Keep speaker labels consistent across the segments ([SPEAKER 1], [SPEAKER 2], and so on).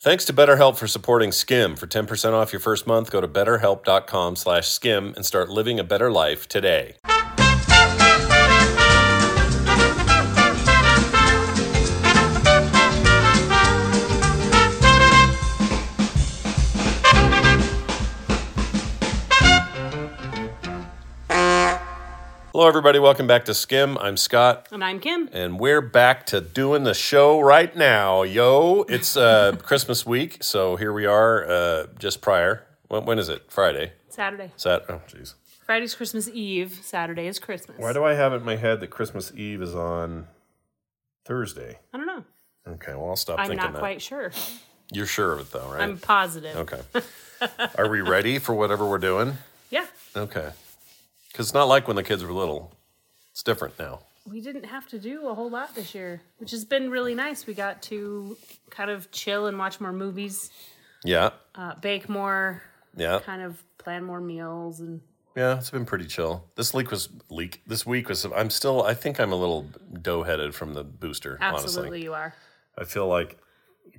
[SPEAKER 1] Thanks to BetterHelp for supporting Skim. For 10% off your first month, go to betterhelp.com slash skim and start living a better life today. Hello, everybody. Welcome back to Skim. I'm Scott.
[SPEAKER 2] And I'm Kim.
[SPEAKER 1] And we're back to doing the show right now, yo. It's uh, Christmas week, so here we are uh, just prior. When, when is it? Friday.
[SPEAKER 2] Saturday.
[SPEAKER 1] Sat. Oh, jeez.
[SPEAKER 2] Friday's Christmas Eve. Saturday is Christmas.
[SPEAKER 1] Why do I have it in my head that Christmas Eve is on Thursday?
[SPEAKER 2] I don't know.
[SPEAKER 1] Okay, well I'll stop
[SPEAKER 2] I'm
[SPEAKER 1] thinking
[SPEAKER 2] not
[SPEAKER 1] that.
[SPEAKER 2] quite sure.
[SPEAKER 1] You're sure of it though, right?
[SPEAKER 2] I'm positive.
[SPEAKER 1] okay. are we ready for whatever we're doing?
[SPEAKER 2] Yeah.
[SPEAKER 1] Okay. Because it's not like when the kids were little. It's different now.
[SPEAKER 2] We didn't have to do a whole lot this year, which has been really nice. We got to kind of chill and watch more movies,
[SPEAKER 1] Yeah.
[SPEAKER 2] uh, bake more,
[SPEAKER 1] Yeah.
[SPEAKER 2] kind of plan more meals. And
[SPEAKER 1] Yeah, it's been pretty chill. This leak was leak. This week was. I'm still. I think I'm a little dough headed from the booster.
[SPEAKER 2] absolutely,
[SPEAKER 1] Honestly,
[SPEAKER 2] you are.
[SPEAKER 1] I feel like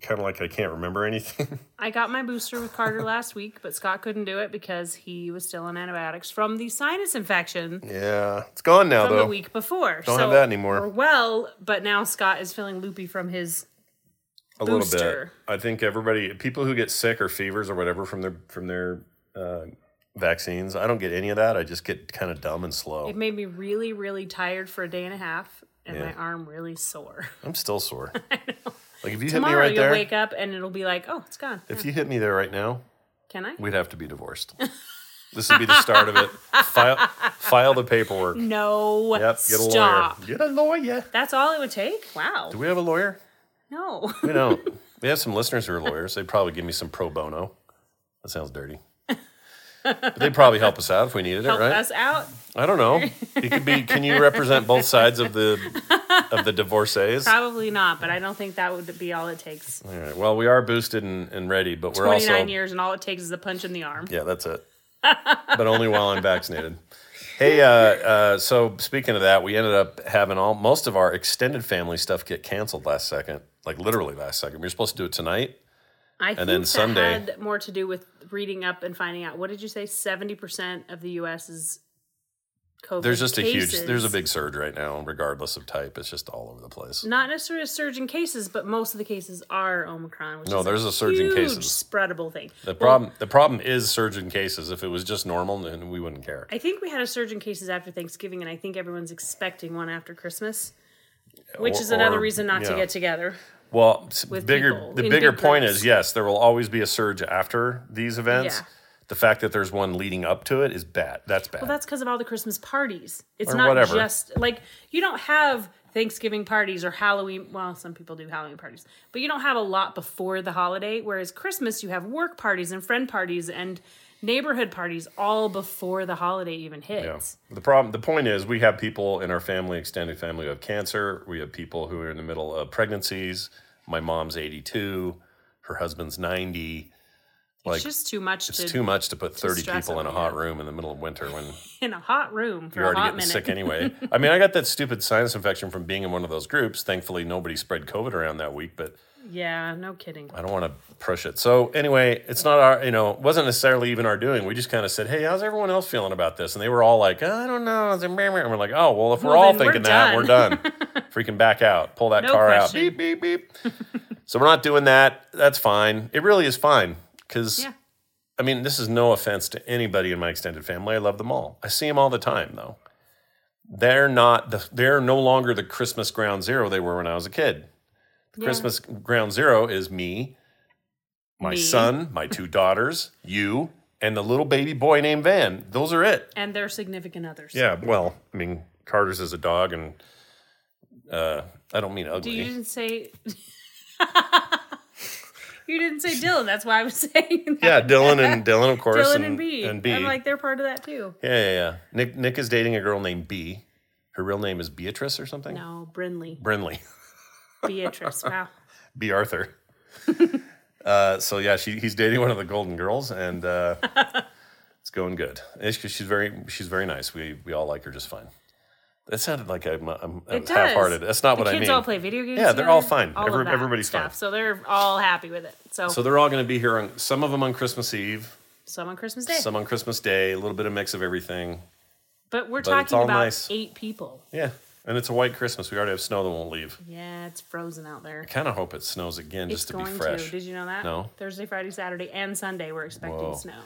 [SPEAKER 1] kind of like I can't remember anything.
[SPEAKER 2] I got my booster with Carter last week, but Scott couldn't do it because he was still on antibiotics from the sinus infection.
[SPEAKER 1] yeah, it's gone now
[SPEAKER 2] from the
[SPEAKER 1] though.
[SPEAKER 2] week before.
[SPEAKER 1] Don't have that anymore.
[SPEAKER 2] We're well, but now Scott is feeling loopy from his
[SPEAKER 1] a little bit.
[SPEAKER 2] booster.
[SPEAKER 1] I think everybody, people who get sick or fevers or whatever from their from their uh, vaccines. I don't get any of that. I just get kind of dumb and slow.
[SPEAKER 2] It made me really, really tired for a day and a half, and
[SPEAKER 1] Yeah.
[SPEAKER 2] my arm really sore.
[SPEAKER 1] I'm still sore. Like if you hit me
[SPEAKER 2] Tomorrow
[SPEAKER 1] right
[SPEAKER 2] you'll
[SPEAKER 1] there,
[SPEAKER 2] wake up and it'll be like, oh, it's gone.
[SPEAKER 1] if you hit me there right now,
[SPEAKER 2] Can I?
[SPEAKER 1] we'd have to be divorced. this would be the start of it. File file the paperwork.
[SPEAKER 2] No.
[SPEAKER 1] Yep, get a
[SPEAKER 2] stop.
[SPEAKER 1] lawyer. Get a lawyer.
[SPEAKER 2] That's all it would take. Wow.
[SPEAKER 1] Do we have a lawyer?
[SPEAKER 2] No.
[SPEAKER 1] We don't. we have some listeners who are lawyers. They'd probably give me some pro bono. That sounds dirty. But they'd probably help us out if we needed
[SPEAKER 2] Help
[SPEAKER 1] it, right?
[SPEAKER 2] us out.
[SPEAKER 1] I don't know. It could be. Can you represent both sides of the of the divorcees? All
[SPEAKER 2] Probably not, but I don't think that would be all it takes.
[SPEAKER 1] right. Well, we are boosted and, and ready, but we're
[SPEAKER 2] 29
[SPEAKER 1] also
[SPEAKER 2] years, and all it takes is a punch in the arm.
[SPEAKER 1] Yeah, that's it. but only while I'm vaccinated. Hey, uh, uh, so speaking of that, we ended up having all most of our extended family stuff get canceled last second, like literally last second. We were supposed to do it tonight.
[SPEAKER 2] I think
[SPEAKER 1] then
[SPEAKER 2] that
[SPEAKER 1] Sunday-
[SPEAKER 2] had more to do with reading up and finding out. What did you say? Seventy percent of the U.S. is COVID.
[SPEAKER 1] There's just a huge,
[SPEAKER 2] cases.
[SPEAKER 1] there's a big surge right now, regardless of type. It's just all over the place.
[SPEAKER 2] not necessarily a surge in cases, but most of the cases are Omicron. Which
[SPEAKER 1] No,
[SPEAKER 2] is
[SPEAKER 1] there's a surge in
[SPEAKER 2] huge
[SPEAKER 1] cases.
[SPEAKER 2] spreadable thing.
[SPEAKER 1] The problem, the problem is surge in cases. If it was just normal, then we wouldn't care.
[SPEAKER 2] I think we had a surge in cases after Thanksgiving, and I think everyone's expecting one after Christmas, which
[SPEAKER 1] Or-
[SPEAKER 2] is another
[SPEAKER 1] or,
[SPEAKER 2] reason not
[SPEAKER 1] yeah.
[SPEAKER 2] to get together.
[SPEAKER 1] Well, s-
[SPEAKER 2] with
[SPEAKER 1] bigger
[SPEAKER 2] people
[SPEAKER 1] the
[SPEAKER 2] in
[SPEAKER 1] bigger
[SPEAKER 2] big
[SPEAKER 1] point
[SPEAKER 2] groups.
[SPEAKER 1] is yes, there will always be a surge after these events.
[SPEAKER 2] Yeah.
[SPEAKER 1] The fact that there's one leading up to it is bad. That's bad.
[SPEAKER 2] Well, that's because of all the Christmas parties. It's
[SPEAKER 1] Or
[SPEAKER 2] not
[SPEAKER 1] whatever.
[SPEAKER 2] just like you don't have Thanksgiving parties or Halloween. Well, some people do Halloween parties, but you don't have a lot before the holiday. Whereas Christmas, you have work parties and friend parties and neighborhood parties all before the holiday even
[SPEAKER 1] Yeah.
[SPEAKER 2] hits.
[SPEAKER 1] The problem, the point is, we have people in our family, extended family, who have cancer. We have people who are in the middle of pregnancies. My mom's eighty-two. Her husband's ninety. Like
[SPEAKER 2] it's just too much to
[SPEAKER 1] it's too much to put thirty
[SPEAKER 2] stress
[SPEAKER 1] people in a
[SPEAKER 2] out,
[SPEAKER 1] hot room in the middle of winter when
[SPEAKER 2] in a hot room for
[SPEAKER 1] you're
[SPEAKER 2] a
[SPEAKER 1] already
[SPEAKER 2] hot
[SPEAKER 1] getting
[SPEAKER 2] minute.
[SPEAKER 1] sick anyway. I mean, I got that stupid sinus infection from being in one of those groups. Thankfully, nobody spread COVID around that week, but
[SPEAKER 2] Yeah, no kidding.
[SPEAKER 1] I don't want to push it. So anyway, it's not our, you know, it wasn't necessarily even our doing. We just kind of said, "Hey, how's everyone else feeling about this?" And they were all like, "Uh, "I don't know." And we're like, "Oh, well, if we're
[SPEAKER 2] Well,
[SPEAKER 1] all
[SPEAKER 2] then we're
[SPEAKER 1] thinking that, we're done.
[SPEAKER 2] done."
[SPEAKER 1] Freaking back out, pull that
[SPEAKER 2] No
[SPEAKER 1] car
[SPEAKER 2] question.
[SPEAKER 1] out, beep beep beep." so we're not doing that. That's fine. It really is fine because
[SPEAKER 2] Yeah.
[SPEAKER 1] I mean, this is no offense to anybody in my extended family. I love them all. I see them all the time, though. They're not the, they're no longer the Christmas ground zero they were when I was a kid. The
[SPEAKER 2] Yeah.
[SPEAKER 1] Christmas ground zero is me, my
[SPEAKER 2] Me.
[SPEAKER 1] son, my two daughters, you, and the little baby boy named Van. Those are it.
[SPEAKER 2] And their significant others.
[SPEAKER 1] Yeah. Well, I mean, Carter's is a dog, and uh, I don't mean
[SPEAKER 2] Do
[SPEAKER 1] ugly.
[SPEAKER 2] you didn't say You didn't say Dylan, that's why I was saying that.
[SPEAKER 1] yeah, Dylan and Dylan, of course,
[SPEAKER 2] Dylan and B.
[SPEAKER 1] and B.
[SPEAKER 2] I'm like, they're part of that too.
[SPEAKER 1] Yeah, yeah, yeah. Nick Nick is dating a girl named B. Her real name is Beatrice or something.
[SPEAKER 2] No, Brinley.
[SPEAKER 1] Brinley.
[SPEAKER 2] Beatrice. Wow.
[SPEAKER 1] B. Arthur. uh, so yeah, she he's dating one of the Golden Girls, and uh, it's going good. It's 'cause she's very she's very nice. We we all like her just fine. That sounded like I'm, I'm, I'm
[SPEAKER 2] It does.
[SPEAKER 1] half-hearted. That's not
[SPEAKER 2] the
[SPEAKER 1] what I
[SPEAKER 2] kids
[SPEAKER 1] mean.
[SPEAKER 2] all play video games.
[SPEAKER 1] Yeah, they're all
[SPEAKER 2] together,
[SPEAKER 1] fine.
[SPEAKER 2] all of
[SPEAKER 1] Every-
[SPEAKER 2] that
[SPEAKER 1] everybody's fine.
[SPEAKER 2] stuff. So they're all happy with it. So,
[SPEAKER 1] so they're all going to be here on some of them on Christmas Eve,
[SPEAKER 2] some on Christmas Day.
[SPEAKER 1] some on Christmas Day. A little bit of mix of everything.
[SPEAKER 2] but
[SPEAKER 1] but
[SPEAKER 2] we're
[SPEAKER 1] it's
[SPEAKER 2] talking
[SPEAKER 1] all
[SPEAKER 2] about
[SPEAKER 1] nice.
[SPEAKER 2] eight people.
[SPEAKER 1] Yeah, and it's a white Christmas. We already have snow that won't leave.
[SPEAKER 2] Yeah, it's frozen out there.
[SPEAKER 1] I kind of hope it snows again
[SPEAKER 2] It's
[SPEAKER 1] just to be
[SPEAKER 2] going
[SPEAKER 1] fresh.
[SPEAKER 2] to. Did you know that?
[SPEAKER 1] No.
[SPEAKER 2] Thursday, Friday, Saturday, and Sunday we're expecting
[SPEAKER 1] Whoa.
[SPEAKER 2] snow.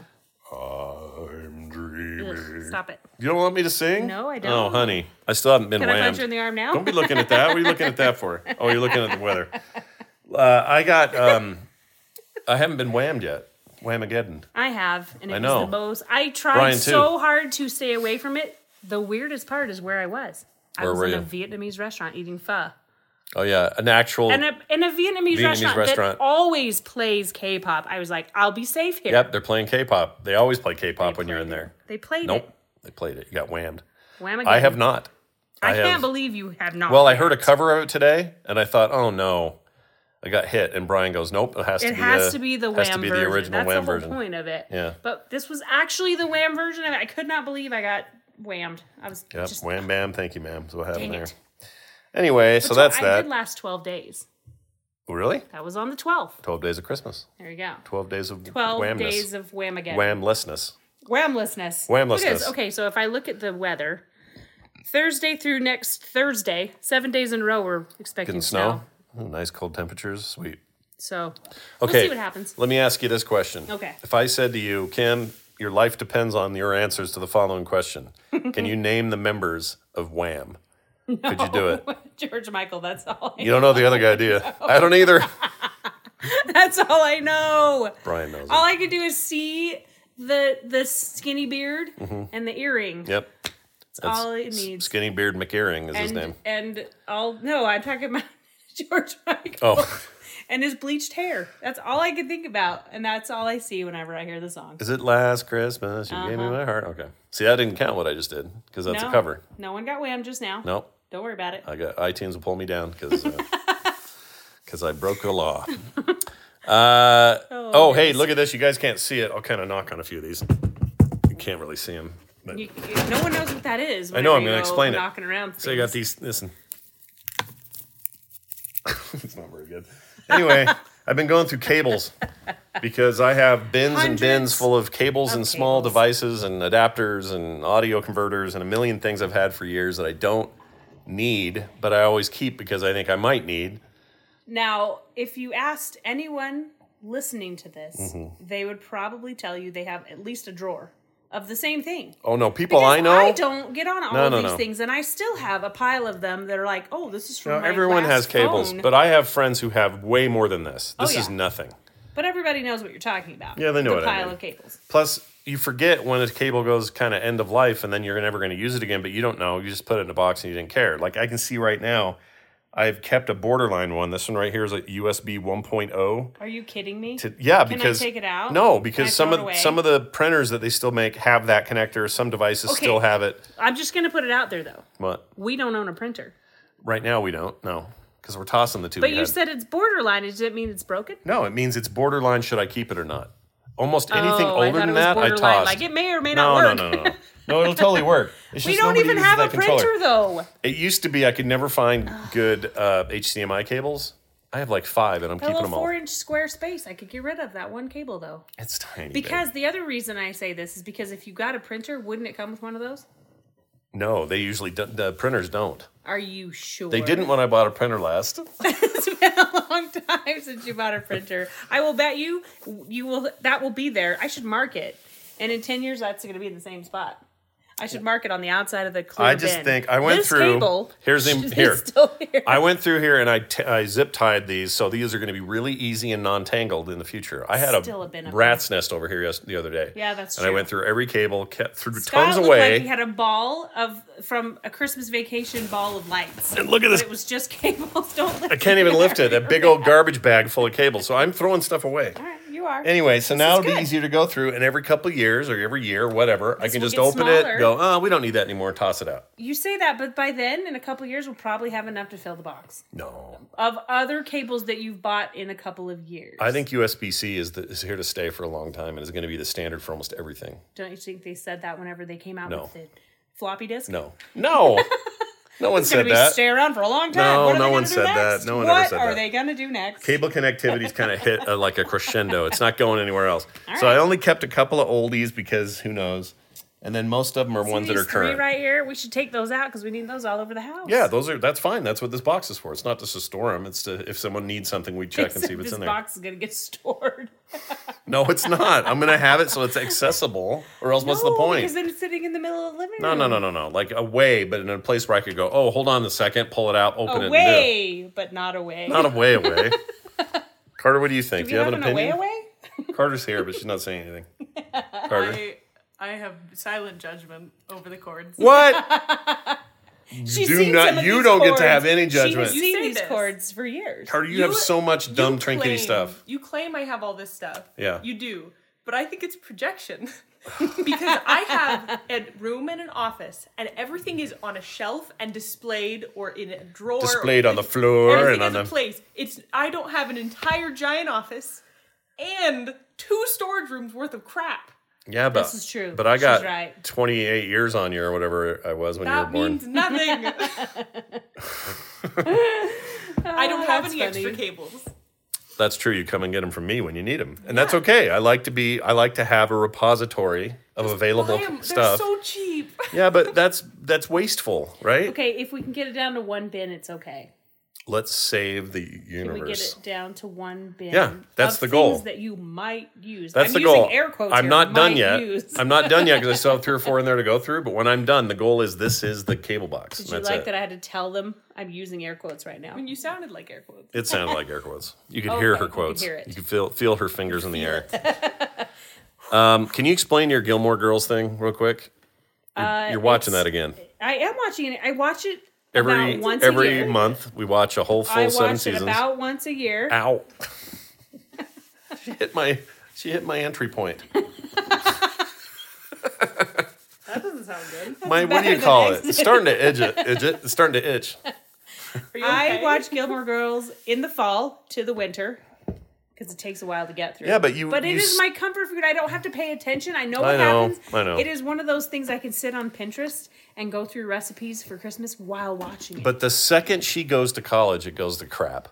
[SPEAKER 1] I'm
[SPEAKER 2] Ugh,
[SPEAKER 1] dreaming.
[SPEAKER 2] stop it.
[SPEAKER 1] You don't want me to sing?
[SPEAKER 2] No, I
[SPEAKER 1] Oh,
[SPEAKER 2] don't.
[SPEAKER 1] honey, I still haven't been
[SPEAKER 2] Can I punch
[SPEAKER 1] whammed.
[SPEAKER 2] you in the arm now?
[SPEAKER 1] Don't be looking at that. What are you looking at that for? Oh, you're looking at the weather. Uh, I got. Um, I haven't been whammed yet. Whamageddon.
[SPEAKER 2] I have, and it
[SPEAKER 1] I
[SPEAKER 2] was
[SPEAKER 1] know.
[SPEAKER 2] the most. I tried
[SPEAKER 1] Brian, too.
[SPEAKER 2] so hard to stay away from it. The weirdest part is where I was. I
[SPEAKER 1] Where
[SPEAKER 2] was
[SPEAKER 1] were
[SPEAKER 2] in
[SPEAKER 1] you?
[SPEAKER 2] a Vietnamese restaurant eating pho.
[SPEAKER 1] Oh yeah, an actual.
[SPEAKER 2] And a, in a Vietnamese,
[SPEAKER 1] Vietnamese
[SPEAKER 2] restaurant,
[SPEAKER 1] restaurant.
[SPEAKER 2] that always plays K-pop, I was like, I'll be safe here.
[SPEAKER 1] yep, they're playing K-pop. They always play K-pop
[SPEAKER 2] They
[SPEAKER 1] when you're in
[SPEAKER 2] played
[SPEAKER 1] there.
[SPEAKER 2] it. They played
[SPEAKER 1] Nope,
[SPEAKER 2] it.
[SPEAKER 1] they played it. You got whammed.
[SPEAKER 2] Wham
[SPEAKER 1] I have not.
[SPEAKER 2] I, can't
[SPEAKER 1] have-
[SPEAKER 2] believe you have not.
[SPEAKER 1] Well, I heard a cover of it today, and I thought, oh no, I got hit. And Brian goes, nope, it has to
[SPEAKER 2] It
[SPEAKER 1] be.
[SPEAKER 2] has
[SPEAKER 1] the,
[SPEAKER 2] to be the
[SPEAKER 1] has
[SPEAKER 2] Wham
[SPEAKER 1] to be
[SPEAKER 2] version.
[SPEAKER 1] the original
[SPEAKER 2] That's
[SPEAKER 1] Wham
[SPEAKER 2] the whole
[SPEAKER 1] version.
[SPEAKER 2] point of it.
[SPEAKER 1] Yeah.
[SPEAKER 2] But this was actually the Wham version of it. I could not believe I got whammed. I was
[SPEAKER 1] Yep,
[SPEAKER 2] just
[SPEAKER 1] wham bam. Thank you, ma'am. That's what happened
[SPEAKER 2] Dang
[SPEAKER 1] there.
[SPEAKER 2] it.
[SPEAKER 1] Anyway, so
[SPEAKER 2] But
[SPEAKER 1] that's
[SPEAKER 2] I
[SPEAKER 1] that.
[SPEAKER 2] did last 12 days.
[SPEAKER 1] really,
[SPEAKER 2] That was on the 12th.
[SPEAKER 1] twelve days of Christmas.
[SPEAKER 2] There you go.
[SPEAKER 1] 12 days of
[SPEAKER 2] 12
[SPEAKER 1] whamness.
[SPEAKER 2] days of wham again.
[SPEAKER 1] Whamlessness.
[SPEAKER 2] Whamlessness.
[SPEAKER 1] Whamlessness.
[SPEAKER 2] Because, okay, so if I look at the weather, Thursday through next Thursday, seven days in a row, we're expecting
[SPEAKER 1] Getting
[SPEAKER 2] snow.
[SPEAKER 1] snow. Ooh, nice cold temperatures. Sweet.
[SPEAKER 2] So
[SPEAKER 1] Okay.
[SPEAKER 2] we'll see what happens.
[SPEAKER 1] Let me ask you this question.
[SPEAKER 2] Okay.
[SPEAKER 1] If I said to you, Kim, your life depends on your answers to the following question. Can you name the members of Wham? Could you do it?
[SPEAKER 2] George Michael, that's all. I,
[SPEAKER 1] You don't know the other guy, do you? I don't either.
[SPEAKER 2] That's all I know.
[SPEAKER 1] Brian knows.
[SPEAKER 2] All
[SPEAKER 1] It.
[SPEAKER 2] I could do is see the the skinny beard
[SPEAKER 1] Mm-hmm.
[SPEAKER 2] and the earring.
[SPEAKER 1] Yep. That's
[SPEAKER 2] all it needs.
[SPEAKER 1] Skinny Beard McEarring is his
[SPEAKER 2] and
[SPEAKER 1] name.
[SPEAKER 2] and all no, I'm talking about George Michael
[SPEAKER 1] Oh,
[SPEAKER 2] and his bleached hair. That's all I can think about, and that's all I see whenever I hear the song.
[SPEAKER 1] is it Last Christmas? You gave me my heart. Okay. See, that didn't count what I just did because that's
[SPEAKER 2] no,
[SPEAKER 1] a cover. Uh,
[SPEAKER 2] No one got whammed just now.
[SPEAKER 1] Nope.
[SPEAKER 2] Don't worry about it.
[SPEAKER 1] I got iTunes will pull me down because I broke a law. Uh, oh, hey, look at this! You guys can't see it. I'll kind of knock on a few of these. You can't really see them. But,
[SPEAKER 2] You- you- no one knows what that is.
[SPEAKER 1] I know, I'm
[SPEAKER 2] whenever
[SPEAKER 1] gonna
[SPEAKER 2] you go
[SPEAKER 1] explain it.
[SPEAKER 2] Knocking around.
[SPEAKER 1] so you got
[SPEAKER 2] things.
[SPEAKER 1] these. Listen, it's not very good. Anyway, I've been going through cables because I have bins and
[SPEAKER 2] Hundreds
[SPEAKER 1] bins full of cables and small
[SPEAKER 2] cables.
[SPEAKER 1] devices and adapters and audio converters and a million things I've had for years that I don't need, but I always keep because I think I might need.
[SPEAKER 2] Now, if you asked anyone listening to this,
[SPEAKER 1] Mm-hmm.
[SPEAKER 2] they would probably tell you they have at least a drawer of the same thing.
[SPEAKER 1] Oh no, people I
[SPEAKER 2] Because
[SPEAKER 1] know.
[SPEAKER 2] I don't get on all
[SPEAKER 1] No,
[SPEAKER 2] of
[SPEAKER 1] no,
[SPEAKER 2] these
[SPEAKER 1] no.
[SPEAKER 2] things, and I still have a pile of them that are like, "Oh, this is from."
[SPEAKER 1] Now,
[SPEAKER 2] my
[SPEAKER 1] everyone
[SPEAKER 2] last
[SPEAKER 1] has cables,
[SPEAKER 2] phone. Oh,
[SPEAKER 1] but I have friends who have way more than this. This
[SPEAKER 2] yeah.
[SPEAKER 1] is nothing.
[SPEAKER 2] But everybody knows what you're talking about.
[SPEAKER 1] Yeah, they know
[SPEAKER 2] the
[SPEAKER 1] what I
[SPEAKER 2] pile
[SPEAKER 1] mean.
[SPEAKER 2] of cables.
[SPEAKER 1] Plus, you forget when a cable goes kind of end of life, and then you're never going to use it again. But you don't know. You just put it in a box and you didn't care. Like I can see right now, I've kept a borderline one. This one right here is a USB 1.0.
[SPEAKER 2] Are you kidding me?
[SPEAKER 1] oh. To, yeah,
[SPEAKER 2] Can I
[SPEAKER 1] because
[SPEAKER 2] take it out?
[SPEAKER 1] no,
[SPEAKER 2] Can I
[SPEAKER 1] because some
[SPEAKER 2] throw it
[SPEAKER 1] of
[SPEAKER 2] away?
[SPEAKER 1] some of the printers that they still make have that connector. Some devices
[SPEAKER 2] Okay.
[SPEAKER 1] still have it.
[SPEAKER 2] I'm just gonna put it out there though.
[SPEAKER 1] But
[SPEAKER 2] We don't own a printer.
[SPEAKER 1] right now we don't. No, because we're tossing the two.
[SPEAKER 2] But
[SPEAKER 1] we
[SPEAKER 2] you
[SPEAKER 1] had.
[SPEAKER 2] said it's borderline. Does it mean it's broken?
[SPEAKER 1] No, it means it's borderline. Should I keep it or not? Almost anything
[SPEAKER 2] oh, I
[SPEAKER 1] older
[SPEAKER 2] thought
[SPEAKER 1] than
[SPEAKER 2] it was
[SPEAKER 1] that, I
[SPEAKER 2] borderline.
[SPEAKER 1] tossed.
[SPEAKER 2] Like it may or may
[SPEAKER 1] no,
[SPEAKER 2] not work.
[SPEAKER 1] no, no, no, no. It'll totally work. It's
[SPEAKER 2] We
[SPEAKER 1] just
[SPEAKER 2] don't
[SPEAKER 1] nobody
[SPEAKER 2] even
[SPEAKER 1] uses
[SPEAKER 2] have a
[SPEAKER 1] that controller.
[SPEAKER 2] printer though.
[SPEAKER 1] It used to be I could never find good uh, HDMI cables. I have like five, and I'm
[SPEAKER 2] A
[SPEAKER 1] keeping
[SPEAKER 2] little
[SPEAKER 1] them all.
[SPEAKER 2] four-inch square space. I could get rid of that one cable though.
[SPEAKER 1] It's tiny. babe.
[SPEAKER 2] Because the other reason I say this is because if you got a printer, wouldn't it come with one of those?
[SPEAKER 1] no, they usually don't, the printers don't.
[SPEAKER 2] Are you sure?
[SPEAKER 1] They didn't when I bought a printer last.
[SPEAKER 2] it's been a long time since you bought a printer. I will bet you you will that will be there. I should mark it. And in 10 years that's going to be in the same spot. I should mark it on the outside of the clear
[SPEAKER 1] I just
[SPEAKER 2] bin.
[SPEAKER 1] think I went
[SPEAKER 2] This
[SPEAKER 1] through-
[SPEAKER 2] cable
[SPEAKER 1] here's the-
[SPEAKER 2] should be
[SPEAKER 1] here.
[SPEAKER 2] still here.
[SPEAKER 1] I went through here and I, t- I zip tied these, so these are going to be really easy and non tangled in the future. I had
[SPEAKER 2] Still a bin
[SPEAKER 1] a
[SPEAKER 2] of
[SPEAKER 1] rat's nest over here yes- the other day.
[SPEAKER 2] Yeah, that's
[SPEAKER 1] and I
[SPEAKER 2] true.
[SPEAKER 1] went through every cable, kept through
[SPEAKER 2] Scott
[SPEAKER 1] tons
[SPEAKER 2] looked
[SPEAKER 1] away.
[SPEAKER 2] like he had a ball of from a Christmas vacation ball of lights.
[SPEAKER 1] and look at
[SPEAKER 2] But
[SPEAKER 1] this
[SPEAKER 2] it was just cables. Don't
[SPEAKER 1] I can't even lift it. That big old garbage bag full of cables. So I'm throwing stuff away.
[SPEAKER 2] All right, you are.
[SPEAKER 1] Anyway, so now
[SPEAKER 2] is
[SPEAKER 1] it'll be
[SPEAKER 2] good.
[SPEAKER 1] easier to go through, and every couple of years or every year, whatever, I can
[SPEAKER 2] will
[SPEAKER 1] just
[SPEAKER 2] get
[SPEAKER 1] open
[SPEAKER 2] smaller.
[SPEAKER 1] it, go, oh, we don't need that anymore, toss it out.
[SPEAKER 2] You say that, but by then, in a couple years, we'll probably have enough to fill the box
[SPEAKER 1] No,
[SPEAKER 2] of other cables that you've bought in a couple of years.
[SPEAKER 1] I think USB C is, the, is here to stay for a long time, and is going to be the standard for almost everything.
[SPEAKER 2] Don't you think they said that whenever they came out
[SPEAKER 1] No.
[SPEAKER 2] with the floppy disk?
[SPEAKER 1] No, no, No one
[SPEAKER 2] It's
[SPEAKER 1] said
[SPEAKER 2] going to be
[SPEAKER 1] that.
[SPEAKER 2] stay around for a long time.
[SPEAKER 1] No,
[SPEAKER 2] what are
[SPEAKER 1] no
[SPEAKER 2] they
[SPEAKER 1] one
[SPEAKER 2] gonna do
[SPEAKER 1] said that.
[SPEAKER 2] next?
[SPEAKER 1] No one
[SPEAKER 2] what
[SPEAKER 1] ever said
[SPEAKER 2] are
[SPEAKER 1] that.
[SPEAKER 2] they going to do next?
[SPEAKER 1] Cable connectivity's kind of hit uh like a crescendo. It's not going anywhere else.
[SPEAKER 2] All
[SPEAKER 1] So
[SPEAKER 2] right.
[SPEAKER 1] I only kept a couple of oldies because who knows. And then most of them are
[SPEAKER 2] See
[SPEAKER 1] ones that
[SPEAKER 2] these
[SPEAKER 1] are current.
[SPEAKER 2] Three right here. We should take those out because we need those all over the house.
[SPEAKER 1] Yeah, those are that's fine. That's what this box is for. It's not just to store them. It's to if someone needs something, we check and see
[SPEAKER 2] Except
[SPEAKER 1] what's
[SPEAKER 2] this
[SPEAKER 1] in there.
[SPEAKER 2] box is going to get stored.
[SPEAKER 1] No, it's not. I'm gonna have it so it's accessible, or else what's the
[SPEAKER 2] No,
[SPEAKER 1] point?
[SPEAKER 2] Because then it's sitting in the middle of the living
[SPEAKER 1] No,
[SPEAKER 2] room.
[SPEAKER 1] no, no, no, no. Like away, but in a place where I could go. Oh, hold on a second. Pull it out. Open it. and do
[SPEAKER 2] Away, but not away.
[SPEAKER 1] it. Not away, away. Carter, what do you
[SPEAKER 2] do
[SPEAKER 1] think?
[SPEAKER 2] we
[SPEAKER 1] do you have, an
[SPEAKER 2] away
[SPEAKER 1] opinion?
[SPEAKER 2] away?
[SPEAKER 1] Carter's here, but she's not saying anything. Carter,
[SPEAKER 3] I, I have silent judgment over the chords.
[SPEAKER 1] what?
[SPEAKER 2] She's
[SPEAKER 1] do
[SPEAKER 2] seen
[SPEAKER 1] not-
[SPEAKER 2] some of
[SPEAKER 1] you
[SPEAKER 2] these
[SPEAKER 1] don't get to
[SPEAKER 2] chords.
[SPEAKER 1] have any judgment.
[SPEAKER 2] She's
[SPEAKER 3] You
[SPEAKER 2] seen
[SPEAKER 3] say
[SPEAKER 2] these
[SPEAKER 3] this.
[SPEAKER 2] chords for years.
[SPEAKER 1] Carter, you, have so much dumb trinkety
[SPEAKER 3] claim-
[SPEAKER 1] stuff.
[SPEAKER 3] You claim I have all this stuff.
[SPEAKER 1] Yeah.
[SPEAKER 3] You do. But I think it's projection. because I have a room and an office, and everything is on a shelf and displayed or in a drawer. or-
[SPEAKER 1] Displayed on the floor
[SPEAKER 3] Everything
[SPEAKER 1] and on
[SPEAKER 3] has a
[SPEAKER 1] the.
[SPEAKER 3] place. It's I don't have an entire giant office and two storage rooms worth of crap.
[SPEAKER 1] yeah, but
[SPEAKER 2] This is true.
[SPEAKER 1] But I
[SPEAKER 2] She's
[SPEAKER 1] got
[SPEAKER 2] right.
[SPEAKER 1] 28 years on you or whatever I was when you were
[SPEAKER 3] That
[SPEAKER 1] born.
[SPEAKER 3] means nothing. I don't
[SPEAKER 2] Oh,
[SPEAKER 3] have
[SPEAKER 2] that's
[SPEAKER 3] any extra
[SPEAKER 2] funny.
[SPEAKER 3] cables.
[SPEAKER 1] That's true. You come and get them from me when you need them, and that's okay. I like to be. I like to have a repository of available
[SPEAKER 3] Buy 'em. They're
[SPEAKER 1] stuff.
[SPEAKER 3] so cheap.
[SPEAKER 1] yeah, but that's that's wasteful, right?
[SPEAKER 2] Okay, if we can get it down to one bin, it's okay.
[SPEAKER 1] Let's save the
[SPEAKER 2] If we get
[SPEAKER 1] universe.
[SPEAKER 2] it down to one bin.
[SPEAKER 1] Yeah, that's
[SPEAKER 2] of
[SPEAKER 1] the goal.
[SPEAKER 2] things That you might use.
[SPEAKER 1] That's
[SPEAKER 2] I'm
[SPEAKER 1] the
[SPEAKER 2] using
[SPEAKER 1] goal.
[SPEAKER 2] Air quotes
[SPEAKER 1] I'm
[SPEAKER 2] here,
[SPEAKER 1] not done
[SPEAKER 2] might
[SPEAKER 1] yet.
[SPEAKER 2] use.
[SPEAKER 1] I'm not done yet because I still have three or four in there to go through. But when I'm done, the goal is this is the cable box.
[SPEAKER 2] Did
[SPEAKER 1] and
[SPEAKER 2] you
[SPEAKER 1] that's
[SPEAKER 2] like
[SPEAKER 1] it.
[SPEAKER 2] that I had to tell them I'm using air quotes right now?
[SPEAKER 3] you sounded like air quotes.
[SPEAKER 1] it sounded like air quotes. You could hear
[SPEAKER 2] Okay,
[SPEAKER 1] her
[SPEAKER 2] you could
[SPEAKER 1] quotes.
[SPEAKER 2] hear it.
[SPEAKER 1] You could feel feel her fingers in the air. um, can you explain your Gilmore Girls thing real quick? You're, you're watching
[SPEAKER 2] Uh, it's-
[SPEAKER 1] that again.
[SPEAKER 2] I am watching it. I watch it
[SPEAKER 1] every
[SPEAKER 2] about once
[SPEAKER 1] every
[SPEAKER 2] a year.
[SPEAKER 1] month we watch a whole full
[SPEAKER 2] I
[SPEAKER 1] seven
[SPEAKER 2] watch it
[SPEAKER 1] seasons. Ah.
[SPEAKER 2] about once a year.
[SPEAKER 1] Ow! she hit my she hit my entry point.
[SPEAKER 3] That doesn't sound good.
[SPEAKER 1] My what do
[SPEAKER 2] better
[SPEAKER 1] you
[SPEAKER 2] than
[SPEAKER 1] call it?
[SPEAKER 2] next-
[SPEAKER 1] It's starting to itch. It, itch it. It's starting to itch.
[SPEAKER 3] Are you
[SPEAKER 2] I
[SPEAKER 3] okay?
[SPEAKER 2] watch Gilmore Girls in the fall to the winter because it takes a while to get through.
[SPEAKER 1] Yeah, but you-
[SPEAKER 2] But it
[SPEAKER 1] you
[SPEAKER 2] is
[SPEAKER 1] s-
[SPEAKER 2] my comfort food. I don't have to pay attention. I know
[SPEAKER 1] I
[SPEAKER 2] what
[SPEAKER 1] know,
[SPEAKER 2] happens.
[SPEAKER 1] I know.
[SPEAKER 2] It is one of those things I can sit on Pinterest and go through recipes for Christmas while watching it.
[SPEAKER 1] But the second she goes to college, it goes to crap.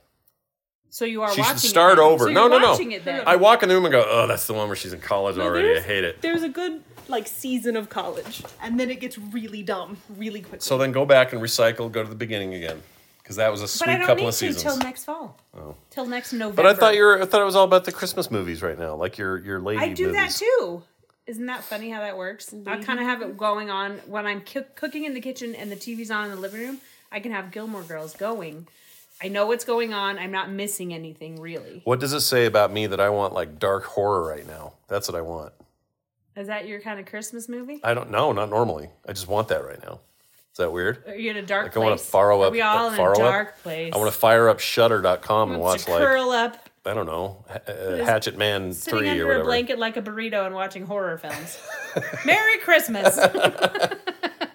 [SPEAKER 2] so you are
[SPEAKER 1] She
[SPEAKER 2] watching
[SPEAKER 1] should start
[SPEAKER 2] it. then.
[SPEAKER 1] over.
[SPEAKER 2] So
[SPEAKER 1] no,
[SPEAKER 2] you're
[SPEAKER 1] no, no.
[SPEAKER 2] watching It then.
[SPEAKER 1] I walk in the room and go, "Oh, that's the one where she's in college
[SPEAKER 3] No,
[SPEAKER 1] already. I
[SPEAKER 3] there's-
[SPEAKER 1] hate it."
[SPEAKER 3] There's a good like season of college, and then it gets really dumb really quickly.
[SPEAKER 1] So then go back and recycle. Go to the beginning again because that was a
[SPEAKER 2] but I
[SPEAKER 1] sweet
[SPEAKER 2] don't
[SPEAKER 1] couple
[SPEAKER 2] need
[SPEAKER 1] of
[SPEAKER 2] to
[SPEAKER 1] seasons.
[SPEAKER 2] till next fall. Till next November.
[SPEAKER 1] Oh. but I thought you were. I thought it was all about the Christmas movies right now, like your your lady.
[SPEAKER 2] I do
[SPEAKER 1] movies.
[SPEAKER 2] that too. Isn't that funny how that works? I kind of have it going on when I'm cook- cooking in the kitchen and the TV's on in the living room. I can have Gilmore Girls going. I know what's going on. I'm not missing anything really.
[SPEAKER 1] What does it say about me that I want like dark horror right now? That's what I want.
[SPEAKER 2] Is that your kind of Christmas movie?
[SPEAKER 1] I don't know, not normally. I just want that right now. Is that weird?
[SPEAKER 2] Are you in a dark
[SPEAKER 1] Like, I wanna
[SPEAKER 2] place?
[SPEAKER 1] borrow
[SPEAKER 2] Are
[SPEAKER 1] up
[SPEAKER 2] we
[SPEAKER 1] that
[SPEAKER 2] all in
[SPEAKER 1] borrow
[SPEAKER 2] a
[SPEAKER 1] up.
[SPEAKER 2] dark place?
[SPEAKER 1] I want to fire up shutter.com and watch
[SPEAKER 2] to
[SPEAKER 1] like
[SPEAKER 2] curl up,
[SPEAKER 1] I don't know, Ha- uh, Hatchet Man
[SPEAKER 2] sitting
[SPEAKER 1] 3 or
[SPEAKER 2] under a
[SPEAKER 1] whatever.
[SPEAKER 2] blanket like a burrito and watching horror films. Merry Christmas.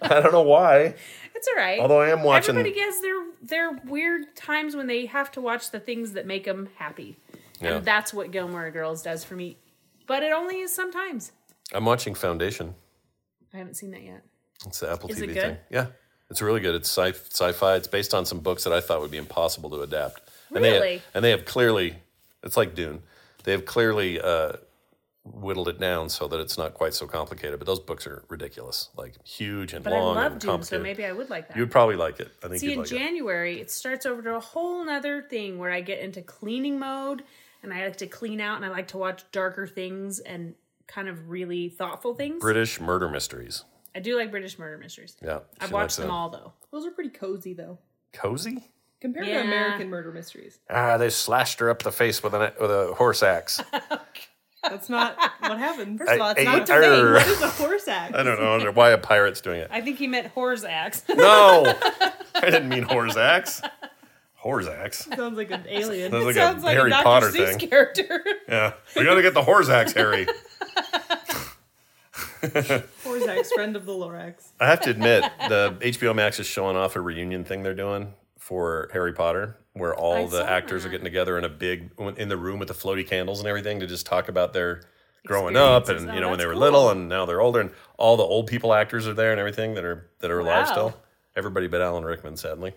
[SPEAKER 1] I don't know why.
[SPEAKER 2] It's all right.
[SPEAKER 1] Although I am watching
[SPEAKER 2] Everybody gets their their weird times when they have to watch the things that make them happy,
[SPEAKER 1] Yeah.
[SPEAKER 2] and that's what Gilmore Girls does for me. But it only is sometimes.
[SPEAKER 1] I'm watching Foundation.
[SPEAKER 2] I haven't seen that yet.
[SPEAKER 1] It's the Apple
[SPEAKER 2] Is it
[SPEAKER 1] TV
[SPEAKER 2] good?
[SPEAKER 1] thing. Yeah. It's really good. It's sci- sci-fi. It's based on some books that I thought would be impossible to adapt. And They have,
[SPEAKER 2] Really?
[SPEAKER 1] and they have clearly it's like Dune. They have clearly uh, whittled it down so that it's not quite so complicated, but those books are ridiculous. Like huge and
[SPEAKER 2] But
[SPEAKER 1] long
[SPEAKER 2] I love
[SPEAKER 1] and
[SPEAKER 2] Dune, so
[SPEAKER 1] complicated.
[SPEAKER 2] maybe I would like that.
[SPEAKER 1] You'd probably like it. I think
[SPEAKER 2] See,
[SPEAKER 1] you'd
[SPEAKER 2] in
[SPEAKER 1] like it.
[SPEAKER 2] January, it starts over to a whole nother thing where I get into cleaning mode, and I like to clean out, and I like to watch darker things and kind of really thoughtful things.
[SPEAKER 1] British murder mysteries.
[SPEAKER 2] I do like British murder mysteries.
[SPEAKER 1] Yeah.
[SPEAKER 2] I've
[SPEAKER 1] she likes
[SPEAKER 2] watched them
[SPEAKER 1] that.
[SPEAKER 2] all though.
[SPEAKER 3] Those are pretty cozy though,
[SPEAKER 1] Cozy?
[SPEAKER 3] compared
[SPEAKER 2] Yeah.
[SPEAKER 3] to American murder mysteries.
[SPEAKER 1] Ah, they slashed her up the face with a with a horse axe.
[SPEAKER 3] That's not what happened. First
[SPEAKER 1] I-
[SPEAKER 3] of all, it's
[SPEAKER 1] I-
[SPEAKER 3] not
[SPEAKER 1] I-
[SPEAKER 3] delayed. What is a horse act?
[SPEAKER 1] I don't know I wonder why a pirate's doing it.
[SPEAKER 2] I think he meant horror's axe.
[SPEAKER 1] No, I didn't mean horse axe. Horse axe.
[SPEAKER 3] Sounds like an alien.
[SPEAKER 1] Sounds like
[SPEAKER 2] Sounds
[SPEAKER 1] a
[SPEAKER 2] like
[SPEAKER 1] Harry
[SPEAKER 2] a Dr.
[SPEAKER 1] Potter
[SPEAKER 2] Seuss
[SPEAKER 1] thing.
[SPEAKER 2] character.
[SPEAKER 1] Yeah, we gotta get the horse axe, Harry.
[SPEAKER 3] horse act, friend of the Lorax.
[SPEAKER 1] I have to admit, the HBO Max is showing off a reunion thing they're doing for Harry Potter, where all the
[SPEAKER 2] saw
[SPEAKER 1] actors are
[SPEAKER 2] that.
[SPEAKER 1] getting together in a big in the room with the floaty candles and everything to just talk about their growing up
[SPEAKER 2] Experiences.
[SPEAKER 1] and
[SPEAKER 2] Oh,
[SPEAKER 1] you know when
[SPEAKER 2] that's
[SPEAKER 1] they were
[SPEAKER 2] cool.
[SPEAKER 1] little and now they're older and all the old people actors are there and everything that are that are alive
[SPEAKER 2] Wow.
[SPEAKER 1] still. everybody but Alan Rickman, sadly.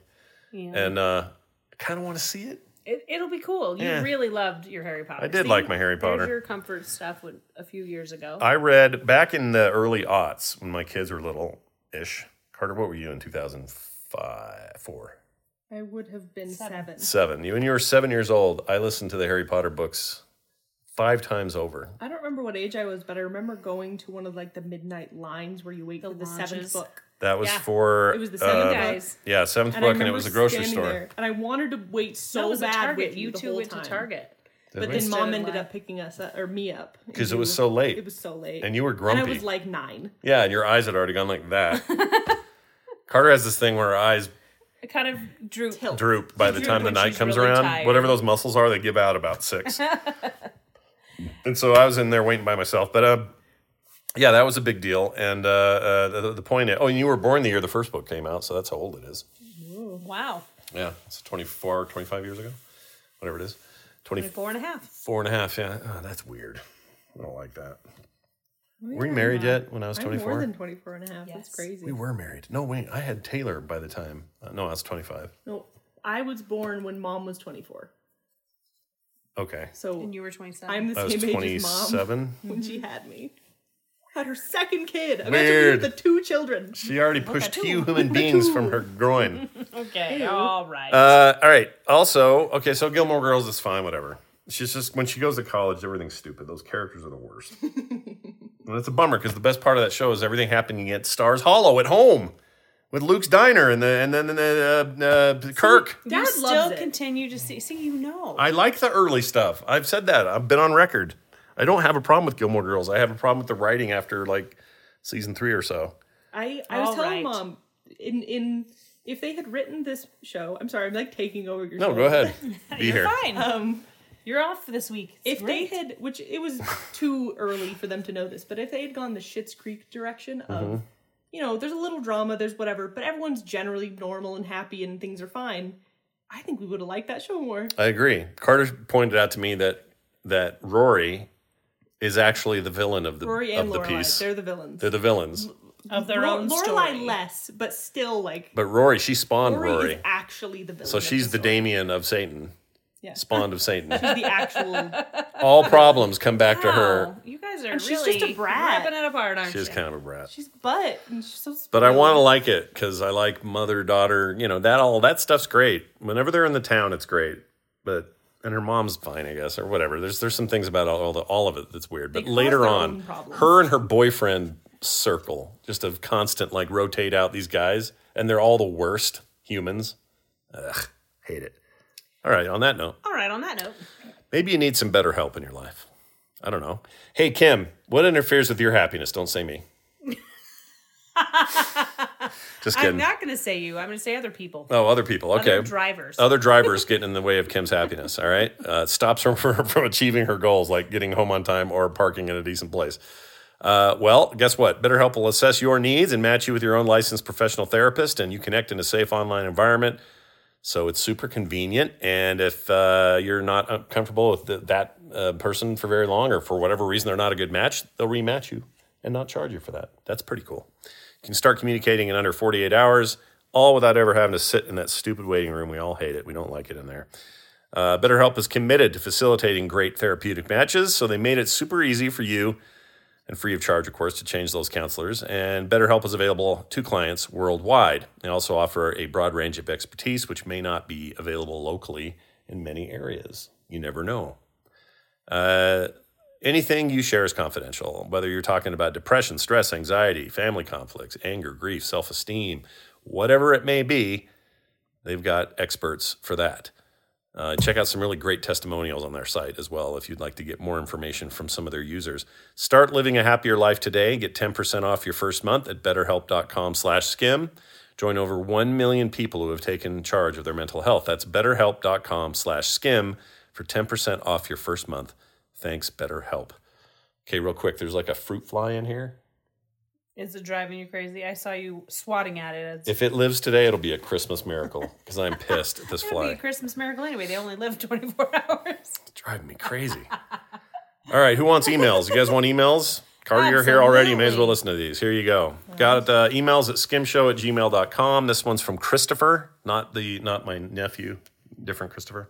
[SPEAKER 2] Yeah.
[SPEAKER 1] And uh, I kind of want to see it.
[SPEAKER 2] It, it'll be cool. You
[SPEAKER 1] Yeah.
[SPEAKER 2] really loved your Harry Potter.
[SPEAKER 1] I did like my Harry Potter. Uh,
[SPEAKER 2] There's your comfort stuff with, a few years ago.
[SPEAKER 1] I read back in the early aughts when my kids were little ish. Carter, what were you in 2005, four,
[SPEAKER 3] I would have been seven.
[SPEAKER 1] seven? You when you were seven years old, I listened to the Harry Potter books five times over.
[SPEAKER 3] I don't remember what age I was, but I remember going to one of like the midnight lines where you wait for the
[SPEAKER 2] launches.
[SPEAKER 3] seventh book.
[SPEAKER 1] That was
[SPEAKER 2] Yeah.
[SPEAKER 1] for
[SPEAKER 3] It was the seventh
[SPEAKER 1] uh,
[SPEAKER 3] book.
[SPEAKER 2] guys.
[SPEAKER 1] Yeah, seventh
[SPEAKER 3] I
[SPEAKER 1] book, and it
[SPEAKER 3] remember
[SPEAKER 1] was a grocery
[SPEAKER 3] standing
[SPEAKER 1] store.
[SPEAKER 3] there, and I wanted to wait
[SPEAKER 2] No,
[SPEAKER 3] so
[SPEAKER 2] it was a
[SPEAKER 3] bad
[SPEAKER 2] Target.
[SPEAKER 3] with
[SPEAKER 2] you
[SPEAKER 3] the
[SPEAKER 2] two
[SPEAKER 3] whole
[SPEAKER 2] went
[SPEAKER 3] time.
[SPEAKER 2] to Target.
[SPEAKER 3] But
[SPEAKER 1] we?
[SPEAKER 3] then mom
[SPEAKER 2] Instead of live.
[SPEAKER 3] ended up picking us up, or me up. And
[SPEAKER 1] 'Cause it
[SPEAKER 3] we
[SPEAKER 1] was
[SPEAKER 3] were-
[SPEAKER 1] so late.
[SPEAKER 3] It was so late.
[SPEAKER 1] And you were
[SPEAKER 3] And I
[SPEAKER 1] grumpy.
[SPEAKER 3] was like nine.
[SPEAKER 1] Yeah, and your eyes had already gone like that. Carter has this thing where her eyes
[SPEAKER 2] It kind of drew.
[SPEAKER 3] Tilt.
[SPEAKER 1] droop by the
[SPEAKER 2] Droop
[SPEAKER 1] time the
[SPEAKER 2] when
[SPEAKER 1] night
[SPEAKER 2] she's
[SPEAKER 1] comes
[SPEAKER 2] really
[SPEAKER 1] around.
[SPEAKER 2] tired.
[SPEAKER 1] Whatever those muscles are, they give out about six. and so I was in there waiting by myself. But uh, yeah, that was a big deal. And uh, uh, the, the point is, oh, and you were born the year the first book came out, so that's how old it is.
[SPEAKER 2] Wow.
[SPEAKER 1] Yeah, it's 24, 25 years ago, whatever it is. 24
[SPEAKER 2] Four and a half.
[SPEAKER 1] and a half, yeah. Oh, that's weird. I don't like that. Were you married yet when I was
[SPEAKER 3] I'm more
[SPEAKER 1] 24?
[SPEAKER 3] than 24 and a half. That's
[SPEAKER 2] Yes.
[SPEAKER 3] crazy.
[SPEAKER 1] we were married. No, wait, I had Taylor by the time. Uh, no, I was 25.
[SPEAKER 3] No, I was born when mom was 24.
[SPEAKER 1] Okay.
[SPEAKER 3] So
[SPEAKER 2] And you were 27.
[SPEAKER 3] I'm the
[SPEAKER 1] I was
[SPEAKER 3] same age as mom
[SPEAKER 1] 27.
[SPEAKER 3] when she had me. Had her second kid. Imagine
[SPEAKER 1] Weird.
[SPEAKER 3] Weird. the two children.
[SPEAKER 1] She already pushed two human beings from her groin.
[SPEAKER 2] okay. All right.
[SPEAKER 1] Uh, all right. Also, okay, so Gilmore Girls is fine, whatever. She's just, when she goes to college, everything's stupid. Those characters are the worst. and it's a bummer because the best part of that show is everything happening at Stars Hollow at home with Luke's Diner and the and then the uh, uh, Kirk.
[SPEAKER 2] you
[SPEAKER 3] Dad
[SPEAKER 2] still
[SPEAKER 3] loves it.
[SPEAKER 2] continue to see. See, you know.
[SPEAKER 1] I like the early stuff. I've said that. I've been on record. I don't have a problem with Gilmore Girls. I have a problem with the writing after like season three or so.
[SPEAKER 3] I, I was
[SPEAKER 2] All
[SPEAKER 3] telling
[SPEAKER 2] right.
[SPEAKER 3] mom in in if they had written this show, I'm sorry, I'm like taking over your
[SPEAKER 1] No,
[SPEAKER 3] show.
[SPEAKER 1] go ahead. Be
[SPEAKER 2] You're
[SPEAKER 1] here.
[SPEAKER 2] fine.
[SPEAKER 3] Um,
[SPEAKER 2] You're off this week. It's
[SPEAKER 3] if
[SPEAKER 2] great.
[SPEAKER 3] they had, which it was too early for them to know this, but if they had gone the Schitt's Creek direction of,
[SPEAKER 1] Mm-hmm.
[SPEAKER 3] you know, there's a little drama, there's whatever, but everyone's generally normal and happy and things are fine. I think we would have liked that show more.
[SPEAKER 1] I agree. Carter pointed out to me that that Rory is actually the villain of the
[SPEAKER 3] Rory
[SPEAKER 1] of
[SPEAKER 3] and
[SPEAKER 1] the
[SPEAKER 3] Lorelai,
[SPEAKER 1] piece.
[SPEAKER 3] they're the villains.
[SPEAKER 1] They're the villains.
[SPEAKER 2] of their
[SPEAKER 3] Lo-
[SPEAKER 2] own story.
[SPEAKER 3] Lorelai less, but still like
[SPEAKER 1] But Rory, she spawned
[SPEAKER 3] Rory,
[SPEAKER 1] Rory.
[SPEAKER 3] is actually the villain.
[SPEAKER 1] so
[SPEAKER 3] of
[SPEAKER 1] she's the
[SPEAKER 3] story.
[SPEAKER 1] Damien of Satan.
[SPEAKER 3] Yeah.
[SPEAKER 1] Spawned of Satan.
[SPEAKER 3] the actual.
[SPEAKER 1] All problems come back to her.
[SPEAKER 3] Oh,
[SPEAKER 2] Wow, You guys are
[SPEAKER 3] And she's
[SPEAKER 2] really
[SPEAKER 3] just a brat.
[SPEAKER 2] ripping it apart, aren't
[SPEAKER 1] She's
[SPEAKER 2] you?
[SPEAKER 1] kind of a brat.
[SPEAKER 3] She's butt. And she's so
[SPEAKER 1] But I want to like it because I like mother daughter. You know that all that stuff's great. Whenever they're in the town, it's great. But and her mom's fine, I guess, or whatever. There's there's some things about all, all, the, all of it that's weird. But
[SPEAKER 3] cause
[SPEAKER 1] later
[SPEAKER 3] their
[SPEAKER 1] on,
[SPEAKER 3] own problems.
[SPEAKER 1] her and her boyfriend circle just of constant like rotate out these guys, and they're all the worst humans. Ugh, hate it. All right. On that note,
[SPEAKER 2] All right. On that note,
[SPEAKER 1] maybe you need some better help in your life. I don't know. Hey Kim, what interferes with your happiness? Don't say me. just kidding.
[SPEAKER 2] I'm not going to say you. I'm going to say other people.
[SPEAKER 1] Oh, other people. Okay.
[SPEAKER 2] Other drivers.
[SPEAKER 1] Other drivers getting in the way of Kim's happiness. All right. Uh, stops her from, from achieving her goals, like getting home on time or parking in a decent place. Uh, well, guess what? BetterHelp will assess your needs and match you with your own licensed professional therapist, and you connect in a safe online environment. So it's super convenient. And if uh, you're not uh, comfortable with th- that uh, person for very long, or for whatever reason they're not a good match, they'll rematch you and not charge you for that. That's pretty cool. You can start communicating in under 48 hours, all without ever having to sit in that stupid waiting room. We all hate it. We don't like it in there. Uh, BetterHelp is committed to facilitating great therapeutic matches, so they made it super easy for you and free of charge, of course, to change those counselors. And BetterHelp is available to clients worldwide. They also offer a broad range of expertise, which may not be available locally in many areas. You never know. Uh, anything you share is confidential, whether you're talking about depression, stress, anxiety, family conflicts, anger, grief, self esteem, whatever it may be, they've got experts for that. Uh, check out some really great testimonials on their site as well if you'd like to get more information from some of their users. Start living a happier life today. Get 10% off your first month at betterhelp.com slash skim. Join over 1 million people who have taken charge of their mental health. That's betterhelp.com slash skim for 10% off your first month. Thanks, BetterHelp. Okay, real quick, there's like a fruit fly in here.
[SPEAKER 2] Is it driving you crazy? I saw you swatting at it. It's
[SPEAKER 1] If it lives today, it'll be a Christmas miracle because I'm pissed at this
[SPEAKER 2] It'll be a
[SPEAKER 1] fly.
[SPEAKER 2] Christmas miracle anyway. They only live 24 hours.
[SPEAKER 1] It's driving me crazy. All right, who wants emails? You guys want emails? Carter, you're here already. You may as
[SPEAKER 2] Absolutely.
[SPEAKER 1] well listen to these. Here you go. Got uh, emails at skimshow at gmail.com. This one's from Christopher, not the not my nephew, different Christopher.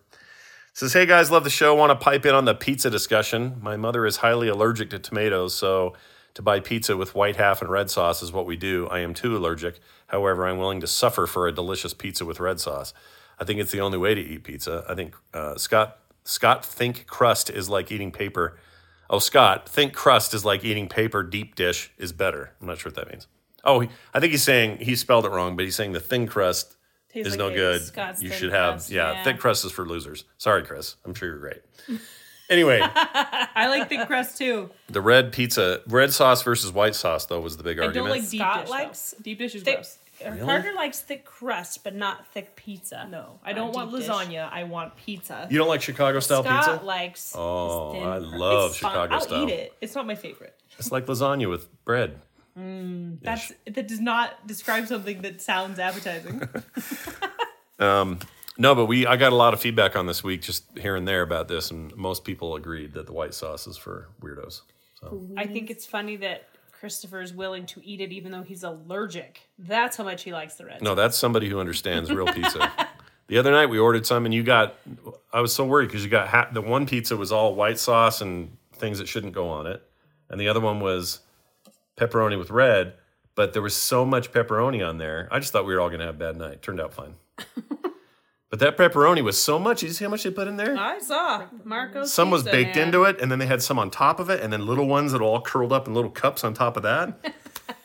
[SPEAKER 1] Says, hey guys, love the show. Want to pipe in on the pizza discussion. My mother is highly allergic to tomatoes, so to buy pizza with white half and red sauce is what we do. I am too allergic. However, I'm willing to suffer for a delicious pizza with red sauce. I think it's the only way to eat pizza. I think uh, Scott Scott think crust is like eating paper. Oh, Scott, think crust is like eating paper. Deep dish is better. I'm not sure what that means. Oh, he- I think he's saying he spelled it wrong, but he's saying the thin crust
[SPEAKER 3] Tastes
[SPEAKER 1] is
[SPEAKER 3] like
[SPEAKER 1] no
[SPEAKER 3] eggs.
[SPEAKER 1] good.
[SPEAKER 4] Scott's
[SPEAKER 1] you
[SPEAKER 4] thin
[SPEAKER 1] should have
[SPEAKER 4] crust,
[SPEAKER 1] yeah,
[SPEAKER 4] yeah.
[SPEAKER 1] thick crust is for losers. Sorry, Chris. I'm sure you're great. Anyway,
[SPEAKER 3] I like thick crust too.
[SPEAKER 1] the red pizza, red sauce versus white sauce though was the big
[SPEAKER 3] I don't
[SPEAKER 1] argument.
[SPEAKER 3] like deep
[SPEAKER 4] Scott
[SPEAKER 3] dish.
[SPEAKER 4] likes
[SPEAKER 3] though. deep dish is
[SPEAKER 4] Thick,
[SPEAKER 3] gross.
[SPEAKER 4] Parker likes thick crust, but not thick pizza.
[SPEAKER 3] No, I don't
[SPEAKER 4] Not
[SPEAKER 3] want
[SPEAKER 4] deep dish.
[SPEAKER 3] lasagna. I want pizza.
[SPEAKER 1] you don't like Chicago style
[SPEAKER 4] Scott
[SPEAKER 1] pizza?
[SPEAKER 4] likes.
[SPEAKER 1] Oh,
[SPEAKER 4] thin
[SPEAKER 1] I
[SPEAKER 4] crust.
[SPEAKER 1] love
[SPEAKER 4] It's fine.
[SPEAKER 1] Chicago
[SPEAKER 3] I'll
[SPEAKER 1] style.
[SPEAKER 3] eat it. It's not my favorite.
[SPEAKER 1] It's like lasagna with bread.
[SPEAKER 3] Mm, That's that does not describe something that sounds appetizing.
[SPEAKER 1] No, but we I got a lot of feedback on this week just here and there about this and most people agreed that the white sauce is for weirdos. So
[SPEAKER 2] Ooh.
[SPEAKER 4] I think it's funny that Christopher is willing to eat it even though he's allergic. That's how much he likes the red.
[SPEAKER 1] No, that's somebody who understands real pizza. The other night we ordered some and you got I was so worried cuz you got ha- the one pizza was all white sauce and things that shouldn't go on it and the other one was pepperoni with red, but there was so much pepperoni on there. I just thought we were all going to have a bad night. Turned out fine. but that pepperoni was so much. You see how much they put in there?
[SPEAKER 2] I saw Marco's.
[SPEAKER 1] Some was
[SPEAKER 2] pizza,
[SPEAKER 1] baked
[SPEAKER 2] man.
[SPEAKER 1] into it, and then they had some on top of it, and then little ones that all curled up in little cups on top of that.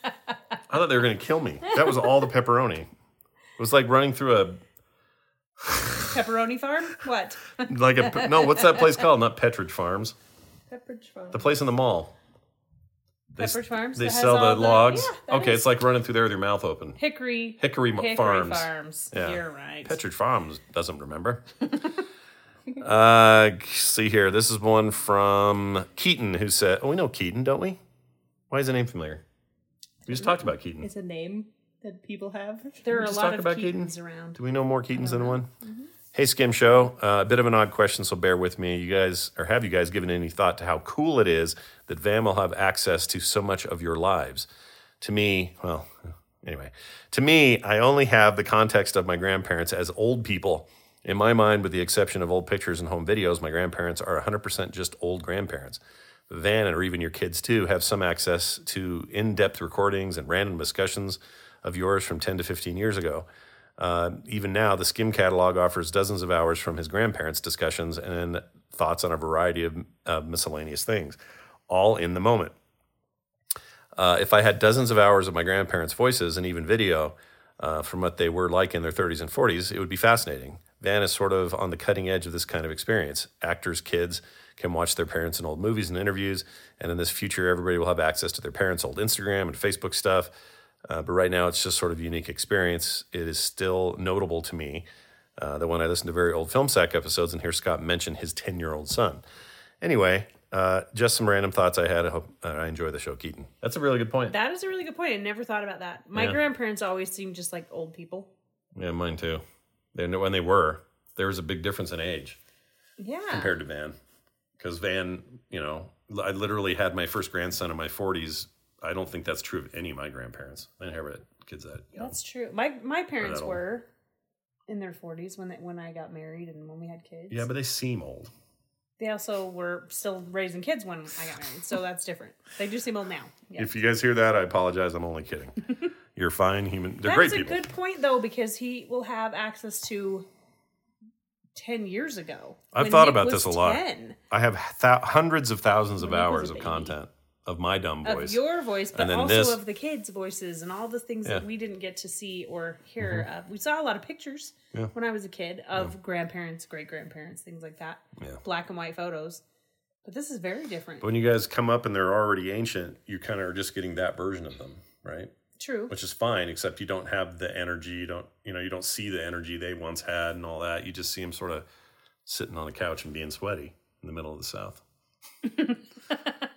[SPEAKER 1] I thought they were going to kill me. That was all the pepperoni. It was like running through a
[SPEAKER 4] Pepperoni farm? What?
[SPEAKER 1] like a no. What's that place called? Not Petridge Farms.
[SPEAKER 3] Pepperidge Farm.
[SPEAKER 1] The place in the mall. They, s-
[SPEAKER 4] Pepperidge Farms
[SPEAKER 1] They
[SPEAKER 4] that has
[SPEAKER 1] sell
[SPEAKER 4] all
[SPEAKER 1] the
[SPEAKER 4] the-
[SPEAKER 1] logs.
[SPEAKER 4] yeah, that
[SPEAKER 1] okay,
[SPEAKER 4] is-
[SPEAKER 1] it's like running through there with your mouth open.
[SPEAKER 4] Hickory.
[SPEAKER 1] Hickory,
[SPEAKER 4] Hickory
[SPEAKER 1] Farms.
[SPEAKER 4] Farms.
[SPEAKER 1] Yeah.
[SPEAKER 4] You're right.
[SPEAKER 1] Petridge Farms doesn't remember. uh, see here. This is one from Keaton who said, "Oh, we know Keaton, don't we? Why is the name familiar? We just talked about Keaton.
[SPEAKER 3] It's a name that people have.
[SPEAKER 2] There are a
[SPEAKER 1] just
[SPEAKER 2] lot
[SPEAKER 1] talk
[SPEAKER 2] of
[SPEAKER 1] about Keaton?
[SPEAKER 2] Keatons around.
[SPEAKER 1] Do we know more Keatons than one? Hey, Skim Show. Uh, a bit of an odd question, so bear with me. You guys, or have you guys given any thought to how cool it is that Van will have access to so much of your lives? To me, well, anyway, to me, I only have the context of my grandparents as old people. In my mind, with the exception of old pictures and home videos, my grandparents are 100% just old grandparents. Van or even your kids too have some access to in depth recordings and random discussions of yours from 10 to 15 years ago. Uh, even now, the Skim catalog offers dozens of hours from his grandparents' discussions and thoughts on a variety of uh, miscellaneous things, all in the moment. Uh, if I had dozens of hours of my grandparents' voices and even video uh, from what they were like in their 30s and 40s, it would be fascinating. Van is sort of on the cutting edge of this kind of experience. Actors, kids can watch their parents in old movies and interviews, and in this future, everybody will have access to their parents' old Instagram and Facebook stuff. Uh, but right now, it's just sort of a unique experience. It is still notable to me uh, that when I listen to very old film sack episodes and hear Scott mention his 10 year old son. Anyway, uh, just some random thoughts I had. I hope uh, I enjoy the show, Keaton. That's a really good point.
[SPEAKER 2] That is a really good point. I never thought about that. My
[SPEAKER 1] Yeah.
[SPEAKER 2] grandparents always seemed just like old people.
[SPEAKER 1] Yeah, mine too. They knew when they were. There was a big difference in age
[SPEAKER 2] Yeah.
[SPEAKER 1] compared to Van, because Van, you know, l- I literally had my first grandson in my 40s. I don't think that's true of any of my grandparents. I never had kids that.
[SPEAKER 2] That's true. My my parents
[SPEAKER 1] Right on.
[SPEAKER 2] were in their forties when they, when I got married and when we had kids.
[SPEAKER 1] Yeah, but they seem old.
[SPEAKER 2] they also were still raising kids when I got married, so that's different. They do seem old now. Yeah.
[SPEAKER 1] If you guys hear that, I apologize. I'm only kidding. You're fine, human. They're
[SPEAKER 2] That's
[SPEAKER 1] great
[SPEAKER 2] a
[SPEAKER 1] people.
[SPEAKER 2] good point though, because he will have access to ten years ago.
[SPEAKER 1] I've
[SPEAKER 2] when
[SPEAKER 1] thought
[SPEAKER 2] Nick
[SPEAKER 1] about
[SPEAKER 2] was
[SPEAKER 1] this a lot.
[SPEAKER 2] 10,
[SPEAKER 1] I have thou hundreds of thousands of
[SPEAKER 3] When Nick was
[SPEAKER 1] hours
[SPEAKER 3] a
[SPEAKER 1] of
[SPEAKER 3] baby.
[SPEAKER 1] content of my dumb
[SPEAKER 2] of
[SPEAKER 1] voice.
[SPEAKER 2] your voice, but
[SPEAKER 1] And then
[SPEAKER 2] also
[SPEAKER 1] this.
[SPEAKER 2] of the kids' voices and all the things that
[SPEAKER 1] Yeah. Mm-hmm.
[SPEAKER 2] we didn't get to see or hear. Of. We saw a lot of pictures
[SPEAKER 1] Yeah.
[SPEAKER 2] when I was a kid of grandparents, great grandparents, things like that.
[SPEAKER 1] Yeah.
[SPEAKER 2] Black and white photos. But this is very different.
[SPEAKER 1] But when you guys come up and they're already ancient, you kind of are just getting that version of them, right?
[SPEAKER 2] True.
[SPEAKER 1] which is fine except you don't have the energy you don't you know you don't see the energy they once had and all that you just see them sort of sitting on a couch and being sweaty in the middle of the south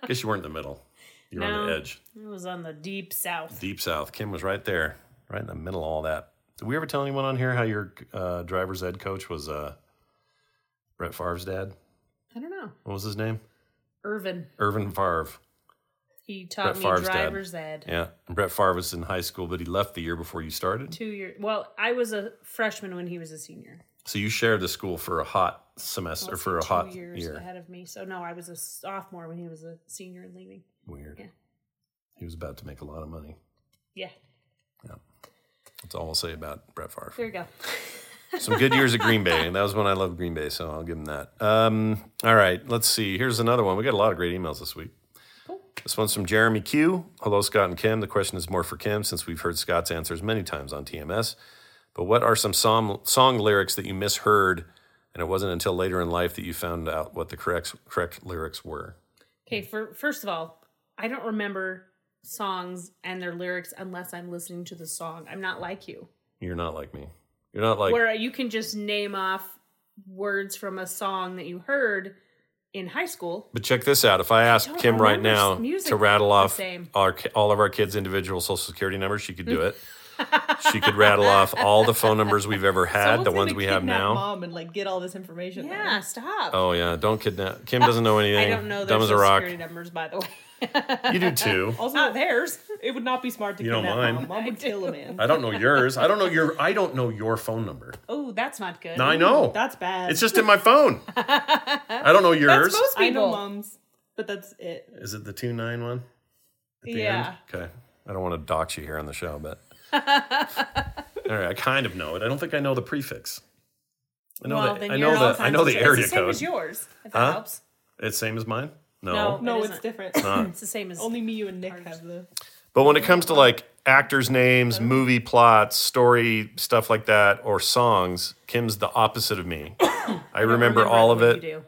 [SPEAKER 1] guess you weren't in the middle you were on the
[SPEAKER 2] No.
[SPEAKER 1] edge
[SPEAKER 2] It was on the deep south.
[SPEAKER 1] deep south kim was right there right in the middle of all that did we ever tell anyone on here how your uh, driver's ed coach was uh, brett favre's dad
[SPEAKER 2] I don't know.
[SPEAKER 1] what was his name
[SPEAKER 2] Irvin.
[SPEAKER 1] irvin favre
[SPEAKER 2] He taught
[SPEAKER 1] Brett
[SPEAKER 2] me
[SPEAKER 1] Favre's dad.
[SPEAKER 2] driver's ed.
[SPEAKER 1] Yeah. And Brett Favre was in high school, but he left the year before you started.
[SPEAKER 2] Two years. Well, I was a freshman when he was a senior.
[SPEAKER 1] So you shared the school for a hot semester,
[SPEAKER 2] Let's
[SPEAKER 1] for
[SPEAKER 2] see,
[SPEAKER 1] a hot
[SPEAKER 2] two years
[SPEAKER 1] year.
[SPEAKER 2] ahead of me. So no, I was a sophomore when he was a senior and leaving.
[SPEAKER 1] Weird.
[SPEAKER 2] Yeah.
[SPEAKER 1] He was about to make a lot of money.
[SPEAKER 2] Yeah,
[SPEAKER 1] That's all I'll say about Brett Favre.
[SPEAKER 2] there you go.
[SPEAKER 1] Some good years at Green Bay. and That was when I loved Green Bay, so I'll give him that. Um, all right, let's see. Here's another one. We got a lot of great emails this week. This one's from Jeremy Q. Hello, Scott and Kim. The question is more for Kim since we've heard Scott's answers many times on TMS. But what are some song, song lyrics that you misheard and it wasn't until later in life that you found out what the correct, correct lyrics were?
[SPEAKER 2] Okay, for first of all, I don't remember songs and their lyrics unless I'm listening to the song. I'm not like you,
[SPEAKER 1] You're not like me. You're not like.
[SPEAKER 2] where you can just name off words from a song that you heard in high school.
[SPEAKER 1] But check this out. If I asked
[SPEAKER 2] don't
[SPEAKER 1] Kim right
[SPEAKER 2] remember
[SPEAKER 1] now
[SPEAKER 2] s- music
[SPEAKER 1] to rattle
[SPEAKER 2] the
[SPEAKER 1] off
[SPEAKER 2] same.
[SPEAKER 1] our, ki- all of our kids' individual social security numbers, she could do it. she could rattle off all the phone numbers we've ever had,
[SPEAKER 3] Someone's
[SPEAKER 1] the
[SPEAKER 3] gonna
[SPEAKER 1] ones we have
[SPEAKER 3] kidnap
[SPEAKER 1] now.
[SPEAKER 3] Mom and like get all this information. though.
[SPEAKER 2] Yeah, stop.
[SPEAKER 1] Oh yeah, don't kidnap. Kim doesn't know anything.
[SPEAKER 2] I don't know their
[SPEAKER 1] Dumb as a
[SPEAKER 2] social
[SPEAKER 1] rock.
[SPEAKER 2] security numbers, by the way.
[SPEAKER 1] You do too.
[SPEAKER 3] Also,
[SPEAKER 2] Not theirs.
[SPEAKER 3] it would not be smart to
[SPEAKER 1] You don't
[SPEAKER 3] kidnap
[SPEAKER 1] mind.
[SPEAKER 3] mom. Mom would kill a man.
[SPEAKER 1] I don't know yours. I don't know your. I don't know your phone number.
[SPEAKER 2] Oh, that's not good.
[SPEAKER 1] Now I know.
[SPEAKER 3] That's bad.
[SPEAKER 1] It's just in my phone. I don't know yours.
[SPEAKER 2] most
[SPEAKER 3] I know
[SPEAKER 2] people.
[SPEAKER 3] moms, but that's it.
[SPEAKER 1] Is it the two nine one? At the
[SPEAKER 2] Yeah.
[SPEAKER 1] End? Okay. I don't want to dox you here on the show, but all right. I kind of know it. I don't think I know the prefix. I know
[SPEAKER 2] Well,
[SPEAKER 1] the,
[SPEAKER 2] then
[SPEAKER 1] I
[SPEAKER 2] you're
[SPEAKER 1] know
[SPEAKER 2] all
[SPEAKER 1] the I know the
[SPEAKER 2] kinds of-
[SPEAKER 1] area
[SPEAKER 2] it's the same
[SPEAKER 1] code.
[SPEAKER 2] As yours, if
[SPEAKER 1] Huh?
[SPEAKER 2] that helps.
[SPEAKER 1] It's same as mine. No.
[SPEAKER 2] No.
[SPEAKER 3] No,
[SPEAKER 2] It
[SPEAKER 3] it's
[SPEAKER 2] isn't.
[SPEAKER 3] different.
[SPEAKER 2] It's the same as
[SPEAKER 3] Only me, you, and Nick have the.
[SPEAKER 1] But when it comes to like actors' names,
[SPEAKER 2] Oh.
[SPEAKER 1] movie plots, story stuff like that, or songs, Kim's the opposite of me. I remember all of it.
[SPEAKER 2] what You do.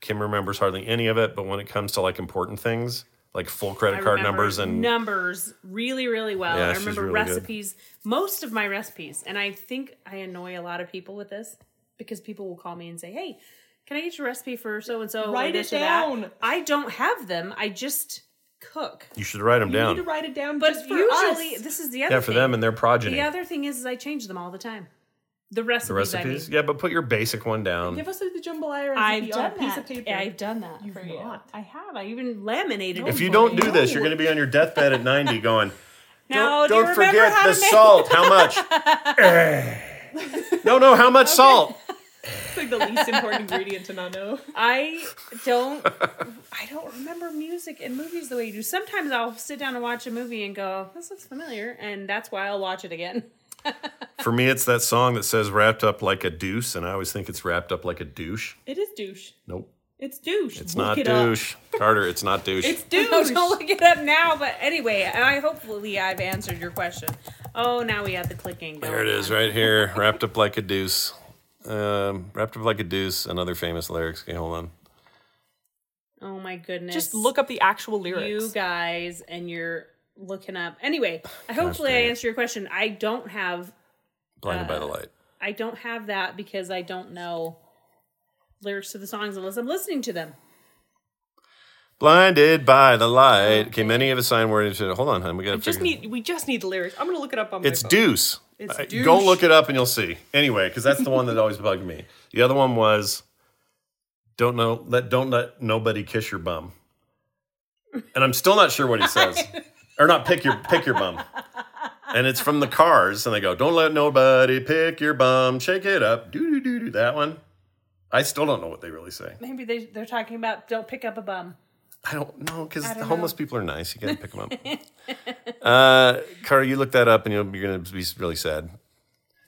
[SPEAKER 1] Kim remembers hardly any of it, but when it comes to like important things, like full credit
[SPEAKER 2] I
[SPEAKER 1] card
[SPEAKER 2] remember
[SPEAKER 1] numbers and
[SPEAKER 2] numbers really, really well.
[SPEAKER 1] Yeah,
[SPEAKER 2] I
[SPEAKER 1] she's
[SPEAKER 2] remember
[SPEAKER 1] really good.
[SPEAKER 2] recipes, most of my recipes, and I think I annoy a lot of people with this because people will call me and say, "Hey, can I get your recipe for so and so?"
[SPEAKER 3] Write it down.
[SPEAKER 2] I don't have them. I just cook.
[SPEAKER 1] you should write them
[SPEAKER 3] You need to
[SPEAKER 1] down.
[SPEAKER 3] write it down,
[SPEAKER 2] But
[SPEAKER 3] just for
[SPEAKER 2] usually,
[SPEAKER 3] us.
[SPEAKER 2] this is the other
[SPEAKER 1] Yeah, for
[SPEAKER 2] thing.
[SPEAKER 1] them and their progeny.
[SPEAKER 2] The other thing is, is I change them all the time. The recipes,
[SPEAKER 1] the recipes.
[SPEAKER 2] I
[SPEAKER 1] Yeah, but put your basic one down.
[SPEAKER 3] give us the jambalaya
[SPEAKER 2] mean.
[SPEAKER 3] recipe on a piece of paper.
[SPEAKER 2] I've done that.
[SPEAKER 3] You've
[SPEAKER 2] for you.
[SPEAKER 3] not.
[SPEAKER 2] I have. I even laminated. it
[SPEAKER 1] If you
[SPEAKER 2] for
[SPEAKER 1] don't do
[SPEAKER 3] No.
[SPEAKER 1] this, you're going to be on your deathbed at 90 going,
[SPEAKER 2] Now,
[SPEAKER 1] don't,
[SPEAKER 2] do you
[SPEAKER 1] don't
[SPEAKER 2] remember
[SPEAKER 1] forget
[SPEAKER 2] how
[SPEAKER 1] the
[SPEAKER 2] to make-
[SPEAKER 1] salt. How much? no, no, how much salt?
[SPEAKER 3] It's like the least important ingredient to not know.
[SPEAKER 2] I don't I don't remember music and movies the way you do. Sometimes I'll sit down and watch a movie and go, this looks familiar, and that's why I'll watch it again.
[SPEAKER 1] For me, it's that song that says wrapped up like a deuce, and I always think it's wrapped up like a douche.
[SPEAKER 3] It is douche.
[SPEAKER 1] Nope.
[SPEAKER 3] It's douche.
[SPEAKER 1] It's
[SPEAKER 3] Look
[SPEAKER 1] not
[SPEAKER 3] it up.
[SPEAKER 1] douche. Carter, it's not douche.
[SPEAKER 3] It's
[SPEAKER 2] No,
[SPEAKER 3] douche.
[SPEAKER 2] don't look it up now, but anyway, I hopefully I've answered your question. Oh, now we have the clicking.
[SPEAKER 1] there it
[SPEAKER 2] going
[SPEAKER 1] is,
[SPEAKER 2] on.
[SPEAKER 1] right here. wrapped up like a deuce. Um, wrapped up like a deuce. Another famous lyrics. Okay, hold on.
[SPEAKER 2] Oh my goodness.
[SPEAKER 5] Just look up the actual lyrics.
[SPEAKER 2] you guys and you're looking up. Anyway, I hopefully I
[SPEAKER 1] dang it.
[SPEAKER 2] answer your question. I don't have
[SPEAKER 1] Blinded by the light.
[SPEAKER 2] I don't have that because I don't know lyrics to the songs unless I'm listening to them.
[SPEAKER 1] Blinded by the light. Okay, many have assigned words. to- Hold on, hon. We got to
[SPEAKER 3] Just need we just need the lyrics. I'm gonna look it up on my
[SPEAKER 1] It's
[SPEAKER 3] phone.
[SPEAKER 1] deuce.
[SPEAKER 3] It's
[SPEAKER 1] Uh,
[SPEAKER 3] douche.
[SPEAKER 1] Go look it up and you'll see. Anyway, because that's the one that always bugged me. The other one was don't know let don't let nobody kiss your bum. And I'm still not sure what he says. or not pick your pick your bum. And it's from the cars, and they go, Don't let nobody pick your bum, shake it up, do do do do that one. I still don't know what they really say.
[SPEAKER 2] Maybe they, they're talking about don't pick up a bum.
[SPEAKER 1] I don't know because the homeless people are nice. You gotta pick them up. uh, Carter, you look that up and you'll, you're gonna be really sad.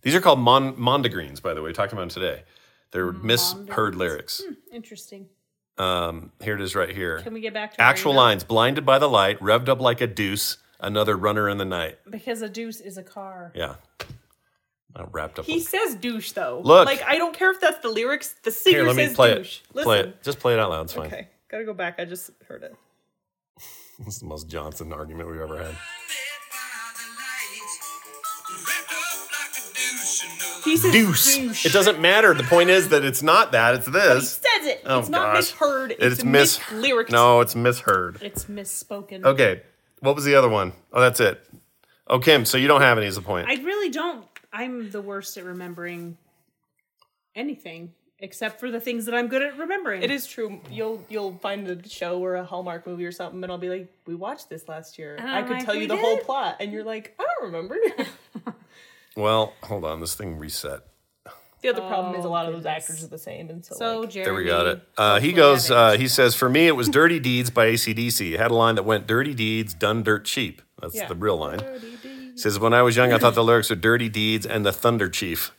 [SPEAKER 1] These are called mon- mondegreens, by the way. We talked about them today. They're misheard lyrics.
[SPEAKER 2] Interesting.
[SPEAKER 1] Um, here it is, right here.
[SPEAKER 2] Can we get back to our
[SPEAKER 1] Actual
[SPEAKER 2] email?
[SPEAKER 1] lines: "Blinded by the light, revved up like a deuce, another runner in the night."
[SPEAKER 2] Because a deuce is a car.
[SPEAKER 1] Yeah, Not wrapped up.
[SPEAKER 3] He says douche though.
[SPEAKER 1] Look.
[SPEAKER 3] like I don't care if that's the lyrics. The singer
[SPEAKER 1] here, let me
[SPEAKER 3] says
[SPEAKER 1] play
[SPEAKER 3] douche.
[SPEAKER 1] it.
[SPEAKER 3] Listen.
[SPEAKER 1] Play it. Just play it out loud. It's fine.
[SPEAKER 3] Okay, gotta go back. I just heard it.
[SPEAKER 1] This is the most Johnson argument we've ever had.
[SPEAKER 3] He says
[SPEAKER 1] Deuce. It doesn't matter. The point is that it's not that. It's
[SPEAKER 3] He
[SPEAKER 1] this.
[SPEAKER 3] says it.
[SPEAKER 1] Oh,
[SPEAKER 3] it's not
[SPEAKER 1] gosh.
[SPEAKER 3] misheard. It's,
[SPEAKER 1] It's,
[SPEAKER 3] it's
[SPEAKER 1] mis
[SPEAKER 3] lyrics.
[SPEAKER 1] No, it's misheard.
[SPEAKER 2] It's misspoken.
[SPEAKER 1] Okay. What was the other one? Oh, that's it. Oh, Kim, so you don't have any is the point.
[SPEAKER 2] I really don't. I'm the worst at remembering anything. except for the things that I'm good at remembering.
[SPEAKER 3] It is true. You'll you'll find a show or a Hallmark movie or something, and I'll be like, "We watched this last year. I could
[SPEAKER 2] like,
[SPEAKER 3] tell you
[SPEAKER 2] "We
[SPEAKER 3] the whole
[SPEAKER 2] did?"
[SPEAKER 3] plot," and you're like, "I don't remember."
[SPEAKER 1] Well, hold on. This thing reset.
[SPEAKER 3] the other problem is a lot of those actors are the same, and so,
[SPEAKER 2] Oh, so
[SPEAKER 3] like,
[SPEAKER 2] Jeremy.
[SPEAKER 1] There we got it. Uh, he goes. Uh, he says, "For me, it was Dirty Deeds by ACDC. It had a line that went, "Dirty deeds done dirt cheap." That's
[SPEAKER 3] Yeah.
[SPEAKER 1] the real line. He says, "When I was young, I thought the lyrics were Dirty Deeds and the Thunder Chief."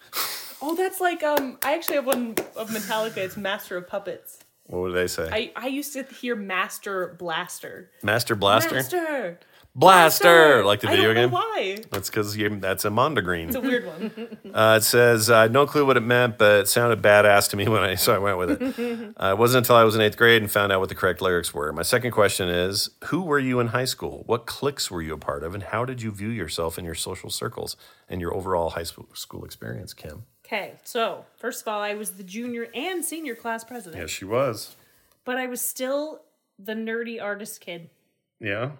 [SPEAKER 3] oh, that's like um, I actually have one of Metallica. It's Master of Puppets.
[SPEAKER 1] What would they say?
[SPEAKER 3] I I used to hear Master Blaster.
[SPEAKER 1] Master Blaster.
[SPEAKER 3] Blaster.
[SPEAKER 1] Blaster, like the
[SPEAKER 3] I
[SPEAKER 1] video
[SPEAKER 3] don't know
[SPEAKER 1] game.
[SPEAKER 3] why.
[SPEAKER 1] That's because that's a mondegreen.
[SPEAKER 3] It's a weird one.
[SPEAKER 1] Uh, it says, I had no clue what it meant, but it sounded badass to me when I, so I went with it. uh, it wasn't until I was in eighth grade and found out what the correct lyrics were. My second question is, who were you in high school? What cliques were you a part of? And how did you view yourself in your social circles and your overall high school, school experience, Kim?
[SPEAKER 2] Okay, so first of all, I was the junior and senior class president,
[SPEAKER 1] Yes, she was.
[SPEAKER 2] but I was still the nerdy artist kid.
[SPEAKER 1] Yeah.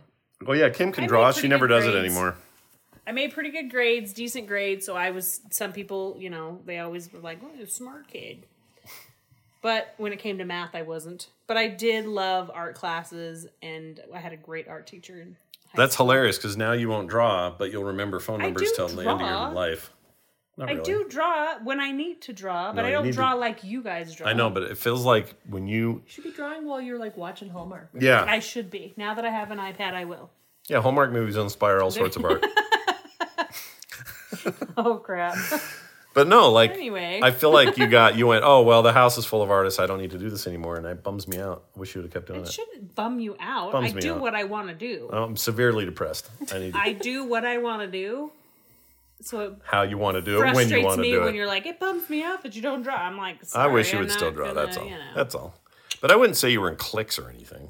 [SPEAKER 1] Oh, yeah, Kim can
[SPEAKER 2] I
[SPEAKER 1] draw.
[SPEAKER 2] made
[SPEAKER 1] She
[SPEAKER 2] pretty
[SPEAKER 1] never
[SPEAKER 2] good
[SPEAKER 1] does it
[SPEAKER 2] grades.
[SPEAKER 1] anymore.
[SPEAKER 2] I made pretty good grades, decent grades, so I was some people, you know, they always were like, "Oh, you're a smart kid." But when it came to math, I wasn't. But I did love art classes and I had a great art teacher. in high
[SPEAKER 1] That's hilarious because now you won't draw, but you'll remember phone numbers
[SPEAKER 2] do
[SPEAKER 1] till the end of
[SPEAKER 2] draw.
[SPEAKER 1] your life. Not
[SPEAKER 2] I do draw when I need to draw, but
[SPEAKER 1] No, you
[SPEAKER 2] I
[SPEAKER 1] need
[SPEAKER 2] don't
[SPEAKER 1] to-
[SPEAKER 2] draw like you guys draw.
[SPEAKER 1] I know, but it feels like when you.
[SPEAKER 3] Should be drawing while you're like watching Hallmark.
[SPEAKER 1] Yeah.
[SPEAKER 2] I should be. Now that I have an iPad, I will.
[SPEAKER 1] Yeah, Hallmark movies inspire all sorts of art.
[SPEAKER 2] Oh crap.
[SPEAKER 1] But no, like
[SPEAKER 2] Anyway.
[SPEAKER 1] I feel like you got you went, "Oh, well, the house is full of artists. I don't need to do this anymore." And that bums me out. Wish you would have kept doing
[SPEAKER 2] it
[SPEAKER 1] it.
[SPEAKER 2] shouldn't bum you out.
[SPEAKER 1] Bums
[SPEAKER 2] I
[SPEAKER 1] me
[SPEAKER 2] do
[SPEAKER 1] out. Oh.
[SPEAKER 2] what I want to do.
[SPEAKER 1] I'm severely depressed. I need
[SPEAKER 2] I do what I want to do. So it
[SPEAKER 1] how you want to do it when
[SPEAKER 2] frustrates
[SPEAKER 1] you want to
[SPEAKER 2] me
[SPEAKER 1] do
[SPEAKER 2] when
[SPEAKER 1] it.
[SPEAKER 2] you're like, it bums me out that you don't draw. I'm like,
[SPEAKER 1] I wish you
[SPEAKER 2] "Sorry, I'm
[SPEAKER 1] would still
[SPEAKER 2] not
[SPEAKER 1] draw.
[SPEAKER 2] gonna,"
[SPEAKER 1] that's all.
[SPEAKER 2] you know.
[SPEAKER 1] That's all. But I wouldn't say you were in cliques or anything.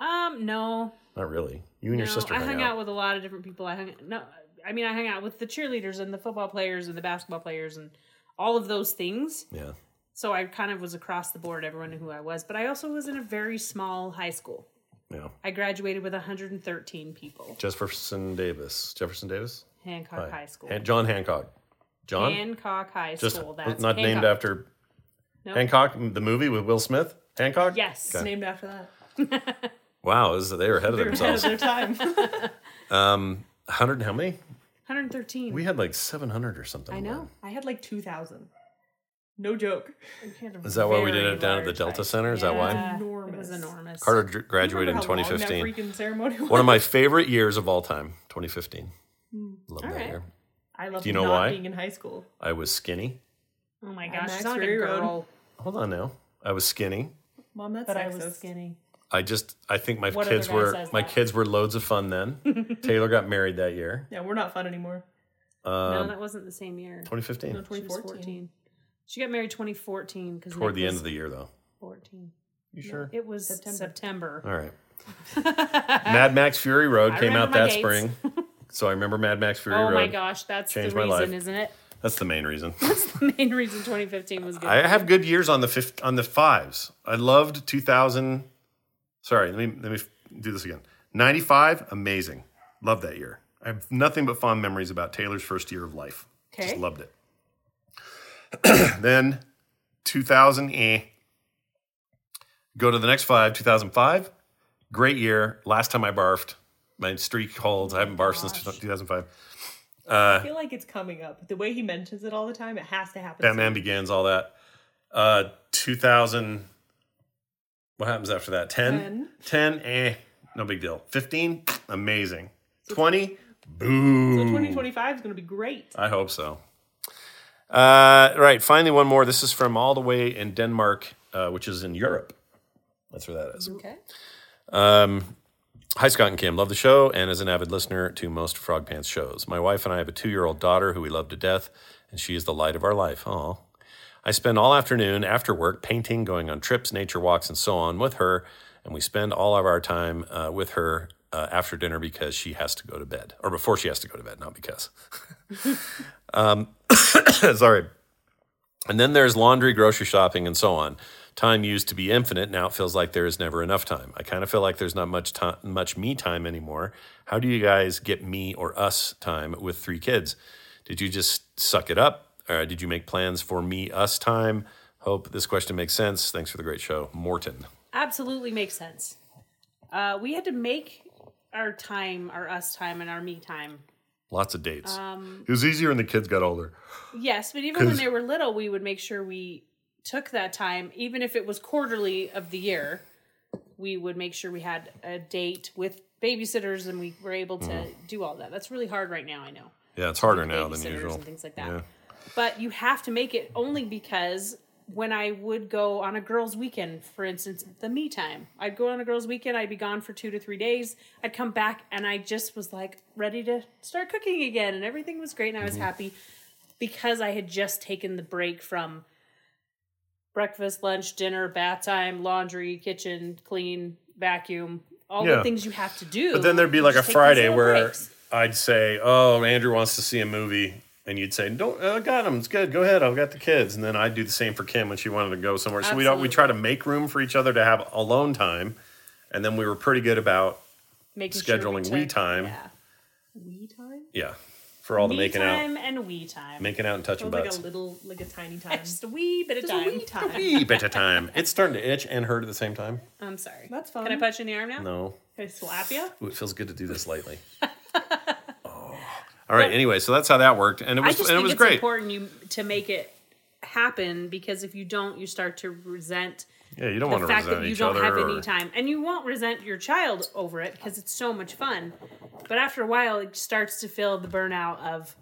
[SPEAKER 2] um, no,
[SPEAKER 1] Not really. You and your
[SPEAKER 2] no.
[SPEAKER 1] sister
[SPEAKER 2] I
[SPEAKER 1] hung,
[SPEAKER 2] hung
[SPEAKER 1] out.
[SPEAKER 2] out. with a lot of different people. I hung no, I mean, I hung out with the cheerleaders and the football players and the basketball players and all of those things.
[SPEAKER 1] yeah.
[SPEAKER 2] So I kind of was across the board. Everyone knew who I was, but I also was in a very small high school.
[SPEAKER 1] Yeah.
[SPEAKER 2] I graduated with 113 people.
[SPEAKER 1] Jefferson Davis. Jefferson Davis?
[SPEAKER 2] Hancock High School.
[SPEAKER 1] Han- John Hancock. John?
[SPEAKER 2] Hancock High
[SPEAKER 1] Just
[SPEAKER 2] School. That's
[SPEAKER 1] not named
[SPEAKER 2] Hancock.
[SPEAKER 1] after
[SPEAKER 2] No.
[SPEAKER 1] Hancock, the movie with Will Smith? Hancock?
[SPEAKER 2] Yes.
[SPEAKER 1] Okay.
[SPEAKER 3] Named after that.
[SPEAKER 1] Wow, is they were ahead of
[SPEAKER 3] Ahead of
[SPEAKER 1] themselves.
[SPEAKER 3] their time.
[SPEAKER 1] Um, Hundred how many?
[SPEAKER 2] 113.
[SPEAKER 1] We had like seven hundred or something.
[SPEAKER 2] I know.
[SPEAKER 3] I had like two thousand. No joke.
[SPEAKER 1] Is that why we did
[SPEAKER 2] Very
[SPEAKER 1] it down at the
[SPEAKER 2] large
[SPEAKER 1] Delta
[SPEAKER 2] high
[SPEAKER 1] Center? Is that why?
[SPEAKER 2] Yeah.
[SPEAKER 3] Enormous.
[SPEAKER 2] It was enormous.
[SPEAKER 1] Carter dr- graduated in
[SPEAKER 3] Remember how long
[SPEAKER 1] 2015.
[SPEAKER 3] That freaking ceremony was?
[SPEAKER 1] One of my favorite years of all time, 2015. Love that
[SPEAKER 2] Hmm. right.
[SPEAKER 1] year.
[SPEAKER 3] I love
[SPEAKER 1] Do you know
[SPEAKER 3] not
[SPEAKER 1] why?
[SPEAKER 3] being in high school.
[SPEAKER 1] I was skinny.
[SPEAKER 2] Oh my gosh,
[SPEAKER 3] Max
[SPEAKER 2] it's not like a
[SPEAKER 3] Fury Road.
[SPEAKER 2] girl.
[SPEAKER 1] Hold on now. I was skinny.
[SPEAKER 3] Mom, that's
[SPEAKER 2] But I
[SPEAKER 3] sexist.
[SPEAKER 2] was skinny.
[SPEAKER 1] I just I think my
[SPEAKER 2] What other
[SPEAKER 1] kids
[SPEAKER 2] guy
[SPEAKER 1] were
[SPEAKER 2] says
[SPEAKER 1] my
[SPEAKER 2] that?
[SPEAKER 1] kids were loads of fun then. Taylor got married that year.
[SPEAKER 3] Yeah, we're not fun anymore.
[SPEAKER 2] no,
[SPEAKER 1] Um,
[SPEAKER 2] that wasn't the same year.
[SPEAKER 1] 2015.
[SPEAKER 2] She
[SPEAKER 3] No,
[SPEAKER 2] was
[SPEAKER 3] 2014.
[SPEAKER 2] 14. She got married 2014 because
[SPEAKER 1] Toward the end of the year though.
[SPEAKER 2] 14.
[SPEAKER 1] You sure?
[SPEAKER 2] It was September.
[SPEAKER 1] All right. Mad Max Fury Road came out
[SPEAKER 2] remember my
[SPEAKER 1] that
[SPEAKER 2] dates.
[SPEAKER 1] spring. So I remember Mad Max Fury
[SPEAKER 2] Oh
[SPEAKER 1] Road.
[SPEAKER 2] my gosh, that's the
[SPEAKER 1] Changed my
[SPEAKER 2] reason,
[SPEAKER 1] life.
[SPEAKER 2] isn't it?
[SPEAKER 1] That's the main reason.
[SPEAKER 2] The main reason 2015 was good.
[SPEAKER 1] I have good years on the fifth, on the fives. I loved 2000. Sorry, let me let me do this again. 95, amazing. Love that year. I have nothing but fond memories about Taylor's first year of life. Just
[SPEAKER 2] Okay.
[SPEAKER 1] loved it. then 2000, eh. Go to the next five, 2005. Great year. Last time I barfed. My streak holds. I haven't barfed since 2005. Uh.
[SPEAKER 3] I feel like it's coming up. The way he mentions it all the time, it has to happen.
[SPEAKER 1] Batman Begins, all that. Uh, 2000. What happens after that? 10? 10, eh, no big deal. 15, amazing. 20,
[SPEAKER 3] soon.
[SPEAKER 1] boo.
[SPEAKER 3] 2025 is going to be great.
[SPEAKER 1] I hope so. Uh, right, finally, one more. This is from all the way in Denmark, uh, which is in Europe. That's where that is.
[SPEAKER 2] Okay.
[SPEAKER 1] Um, hi, Scott and Kim. Love the show and as an avid listener to most Frog Pants shows. My wife and I have a two year old daughter who we love to death, and she is the light of our life. Aw. I spend all afternoon after work painting, going on trips, nature walks, and so on with her, and we spend all of our time uh, with her uh, after dinner because she has to go to bed, or before she has to go to bed, not because. um, sorry. And then there's laundry, grocery shopping, and so on. Time used to be infinite. Now it feels like there is never enough time. I kind of feel like there's not much time, much me time anymore. How do you guys get me or us time with Uh, three kids? Did you just suck it up? Or did you make plans for me us time? Hope this question makes sense. Thanks for the great show, Morton.
[SPEAKER 2] absolutely makes sense. Uh, we had to make our time, our us time, and our me time.
[SPEAKER 1] Lots of dates.
[SPEAKER 2] Um,
[SPEAKER 1] it was easier when the kids got older.
[SPEAKER 2] Yes, but even when
[SPEAKER 1] 'Cause-
[SPEAKER 2] they were little, we would make sure we took that time, even if it was quarterly of the year. We would make sure we had a date with babysitters, and we were able to do all that. That's really hard right now. I know.
[SPEAKER 1] Yeah, it's harder now
[SPEAKER 2] babysitters
[SPEAKER 1] than usual.
[SPEAKER 2] and things like that. But you have to make it only because when I would go on a girls' weekend, for instance, the me time, I'd go on a girls' weekend, I'd be gone for two to three days, I'd come back, and I just was like ready to start cooking again, and everything was great, and I
[SPEAKER 1] Mm-hmm.
[SPEAKER 2] was happy because I had just taken the break from breakfast, lunch, dinner, bath time, laundry, kitchen, clean, vacuum. All
[SPEAKER 1] Yeah.
[SPEAKER 2] the things you have to do.
[SPEAKER 1] But then there'd be
[SPEAKER 2] You
[SPEAKER 1] like a
[SPEAKER 2] just take these
[SPEAKER 1] Friday
[SPEAKER 2] little
[SPEAKER 1] where
[SPEAKER 2] breaks.
[SPEAKER 1] I'd say, "Oh, Andrew wants to see a movie," and you'd say, "Don't, I got him. It's good. Go ahead. I've got the kids." And then I'd do the same for Kim when she wanted to go somewhere. So we don't. We
[SPEAKER 2] Absolutely.
[SPEAKER 1] try to make room for each other to have alone time, and then we were pretty good about
[SPEAKER 2] making
[SPEAKER 1] scheduling we
[SPEAKER 2] took-
[SPEAKER 1] time.
[SPEAKER 2] Yeah.
[SPEAKER 3] We time?
[SPEAKER 1] yeah for all the
[SPEAKER 2] Me
[SPEAKER 1] making out,
[SPEAKER 2] time and we time.
[SPEAKER 1] making out and touching
[SPEAKER 3] Sounds like
[SPEAKER 1] butts.
[SPEAKER 3] a little, like a tiny time.
[SPEAKER 2] Just a wee bit of
[SPEAKER 3] Just a
[SPEAKER 2] time.
[SPEAKER 3] wee time.
[SPEAKER 1] Wee bit of time. It's starting to itch and hurt at the same time.
[SPEAKER 2] I'm sorry.
[SPEAKER 3] That's fun.
[SPEAKER 2] Can I punch you in the arm now?
[SPEAKER 1] No,
[SPEAKER 3] Can I slap you?
[SPEAKER 1] Ooh, it feels good to do this lightly. oh. All right. Anyway, so that's how that worked, and it
[SPEAKER 2] I
[SPEAKER 1] was
[SPEAKER 2] just
[SPEAKER 1] and
[SPEAKER 2] think
[SPEAKER 1] it was
[SPEAKER 2] it's
[SPEAKER 1] great.
[SPEAKER 2] important you to make it happen because if you don't, you start to resent
[SPEAKER 1] Yeah, you don't want
[SPEAKER 2] the
[SPEAKER 1] to
[SPEAKER 2] fact
[SPEAKER 1] resent
[SPEAKER 2] that you
[SPEAKER 1] each
[SPEAKER 2] don't
[SPEAKER 1] other.
[SPEAKER 2] have
[SPEAKER 1] or-
[SPEAKER 2] any time, and you won't resent your child over it because it's so much fun. But after a while, it starts to feel the burnout of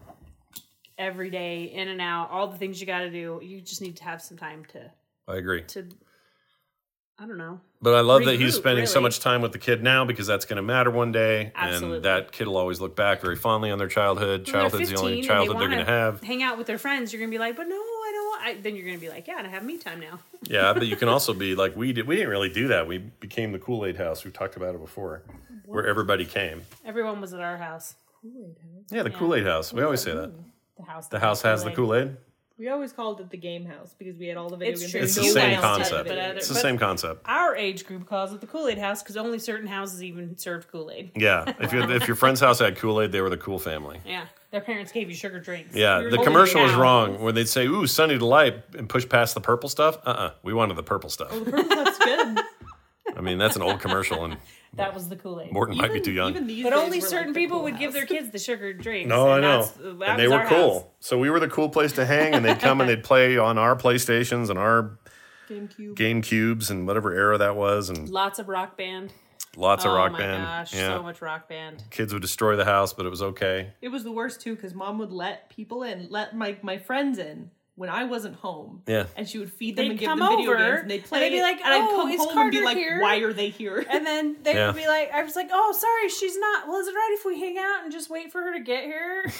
[SPEAKER 2] every day in and out, all the things you got to do. You just need to have some time to
[SPEAKER 1] I agree.
[SPEAKER 2] to. I don't know.
[SPEAKER 1] But I love that he's
[SPEAKER 2] Regroup,
[SPEAKER 1] spending so
[SPEAKER 2] really.
[SPEAKER 1] much time with the kid now because that's going to matter one day,
[SPEAKER 2] Absolutely.
[SPEAKER 1] and that kid will always look back very fondly on their childhood.
[SPEAKER 2] when they're
[SPEAKER 1] Childhood's the
[SPEAKER 2] 15
[SPEAKER 1] only
[SPEAKER 2] and they
[SPEAKER 1] childhood they're
[SPEAKER 2] wanna
[SPEAKER 1] going to have.
[SPEAKER 2] Hang out with their friends. You're gonna be like, but no, I don't. want-" I, then you're gonna be like, yeah, and I have me time now.
[SPEAKER 1] yeah, but you can also be like we did. We didn't really do that. We became the Kool Aid House. We've talked about it before, where everybody came.
[SPEAKER 2] Everyone was at our house.
[SPEAKER 1] Yeah, the Kool Aid House. We always say that.
[SPEAKER 2] The house.
[SPEAKER 1] The house has the Kool Aid.
[SPEAKER 3] We always called it the game house because we had all the video
[SPEAKER 2] It's
[SPEAKER 3] games.
[SPEAKER 2] true.
[SPEAKER 3] There
[SPEAKER 1] It's
[SPEAKER 3] was
[SPEAKER 1] the
[SPEAKER 2] You
[SPEAKER 3] no
[SPEAKER 1] same
[SPEAKER 2] guys
[SPEAKER 3] outside
[SPEAKER 2] did it,
[SPEAKER 1] concept.
[SPEAKER 3] video
[SPEAKER 2] but
[SPEAKER 3] games.
[SPEAKER 2] other-
[SPEAKER 1] It's the same concept.
[SPEAKER 2] Our age group calls it the Kool Aid House because only certain houses even served Kool Aid.
[SPEAKER 1] Yeah, if you if your friend's house had Kool Aid, they were the cool family.
[SPEAKER 2] Yeah, their parents gave you sugar drinks.
[SPEAKER 1] Yeah,
[SPEAKER 2] We were
[SPEAKER 1] the
[SPEAKER 2] holding
[SPEAKER 1] commercial
[SPEAKER 2] it
[SPEAKER 1] was
[SPEAKER 2] down.
[SPEAKER 1] wrong when they'd say "Ooh, Sunny Delight" and push past the purple stuff. Uh, uh we wanted the purple stuff.
[SPEAKER 3] That's good.
[SPEAKER 1] I mean, that's an old commercial, and
[SPEAKER 2] That was the Kool Aid.
[SPEAKER 1] Morton might be too young.
[SPEAKER 3] Even these
[SPEAKER 2] But
[SPEAKER 3] days
[SPEAKER 2] only
[SPEAKER 3] we're
[SPEAKER 2] certain
[SPEAKER 3] like the
[SPEAKER 2] people
[SPEAKER 3] cool
[SPEAKER 2] would give
[SPEAKER 3] house.
[SPEAKER 2] their kids the sugar drinks.
[SPEAKER 1] No, I know.
[SPEAKER 2] that's- that
[SPEAKER 1] and they
[SPEAKER 2] was
[SPEAKER 1] were
[SPEAKER 2] our
[SPEAKER 1] cool.
[SPEAKER 2] house.
[SPEAKER 1] So we were the cool place to hang, and they'd come and they'd play on our PlayStations and our
[SPEAKER 3] GameCube.
[SPEAKER 1] Game Cubes and whatever era that was, and
[SPEAKER 2] Lots of rock band.
[SPEAKER 1] lots of
[SPEAKER 2] oh
[SPEAKER 1] rock
[SPEAKER 2] my
[SPEAKER 1] band.
[SPEAKER 2] gosh,
[SPEAKER 1] yeah,
[SPEAKER 2] so much rock band.
[SPEAKER 1] kids would destroy the house, but it was okay.
[SPEAKER 3] It was the worst too because mom would let people in, let my my friends in when I wasn't home.
[SPEAKER 1] Yeah.
[SPEAKER 3] and she would feed them
[SPEAKER 2] They'd
[SPEAKER 3] and give
[SPEAKER 2] come
[SPEAKER 3] them video
[SPEAKER 2] over,
[SPEAKER 3] games and they'd
[SPEAKER 2] and
[SPEAKER 3] play.
[SPEAKER 2] they'd be
[SPEAKER 3] it,
[SPEAKER 2] like,
[SPEAKER 3] and I'd
[SPEAKER 2] "Oh,
[SPEAKER 3] come
[SPEAKER 2] is
[SPEAKER 3] home and be
[SPEAKER 2] Carter
[SPEAKER 3] like,
[SPEAKER 2] here?"
[SPEAKER 3] "Why are they here?"
[SPEAKER 2] And then they
[SPEAKER 1] Yeah.
[SPEAKER 2] would be like, I was like, oh, sorry, she's not. Well, is it all right if we hang out and just wait for her to get here?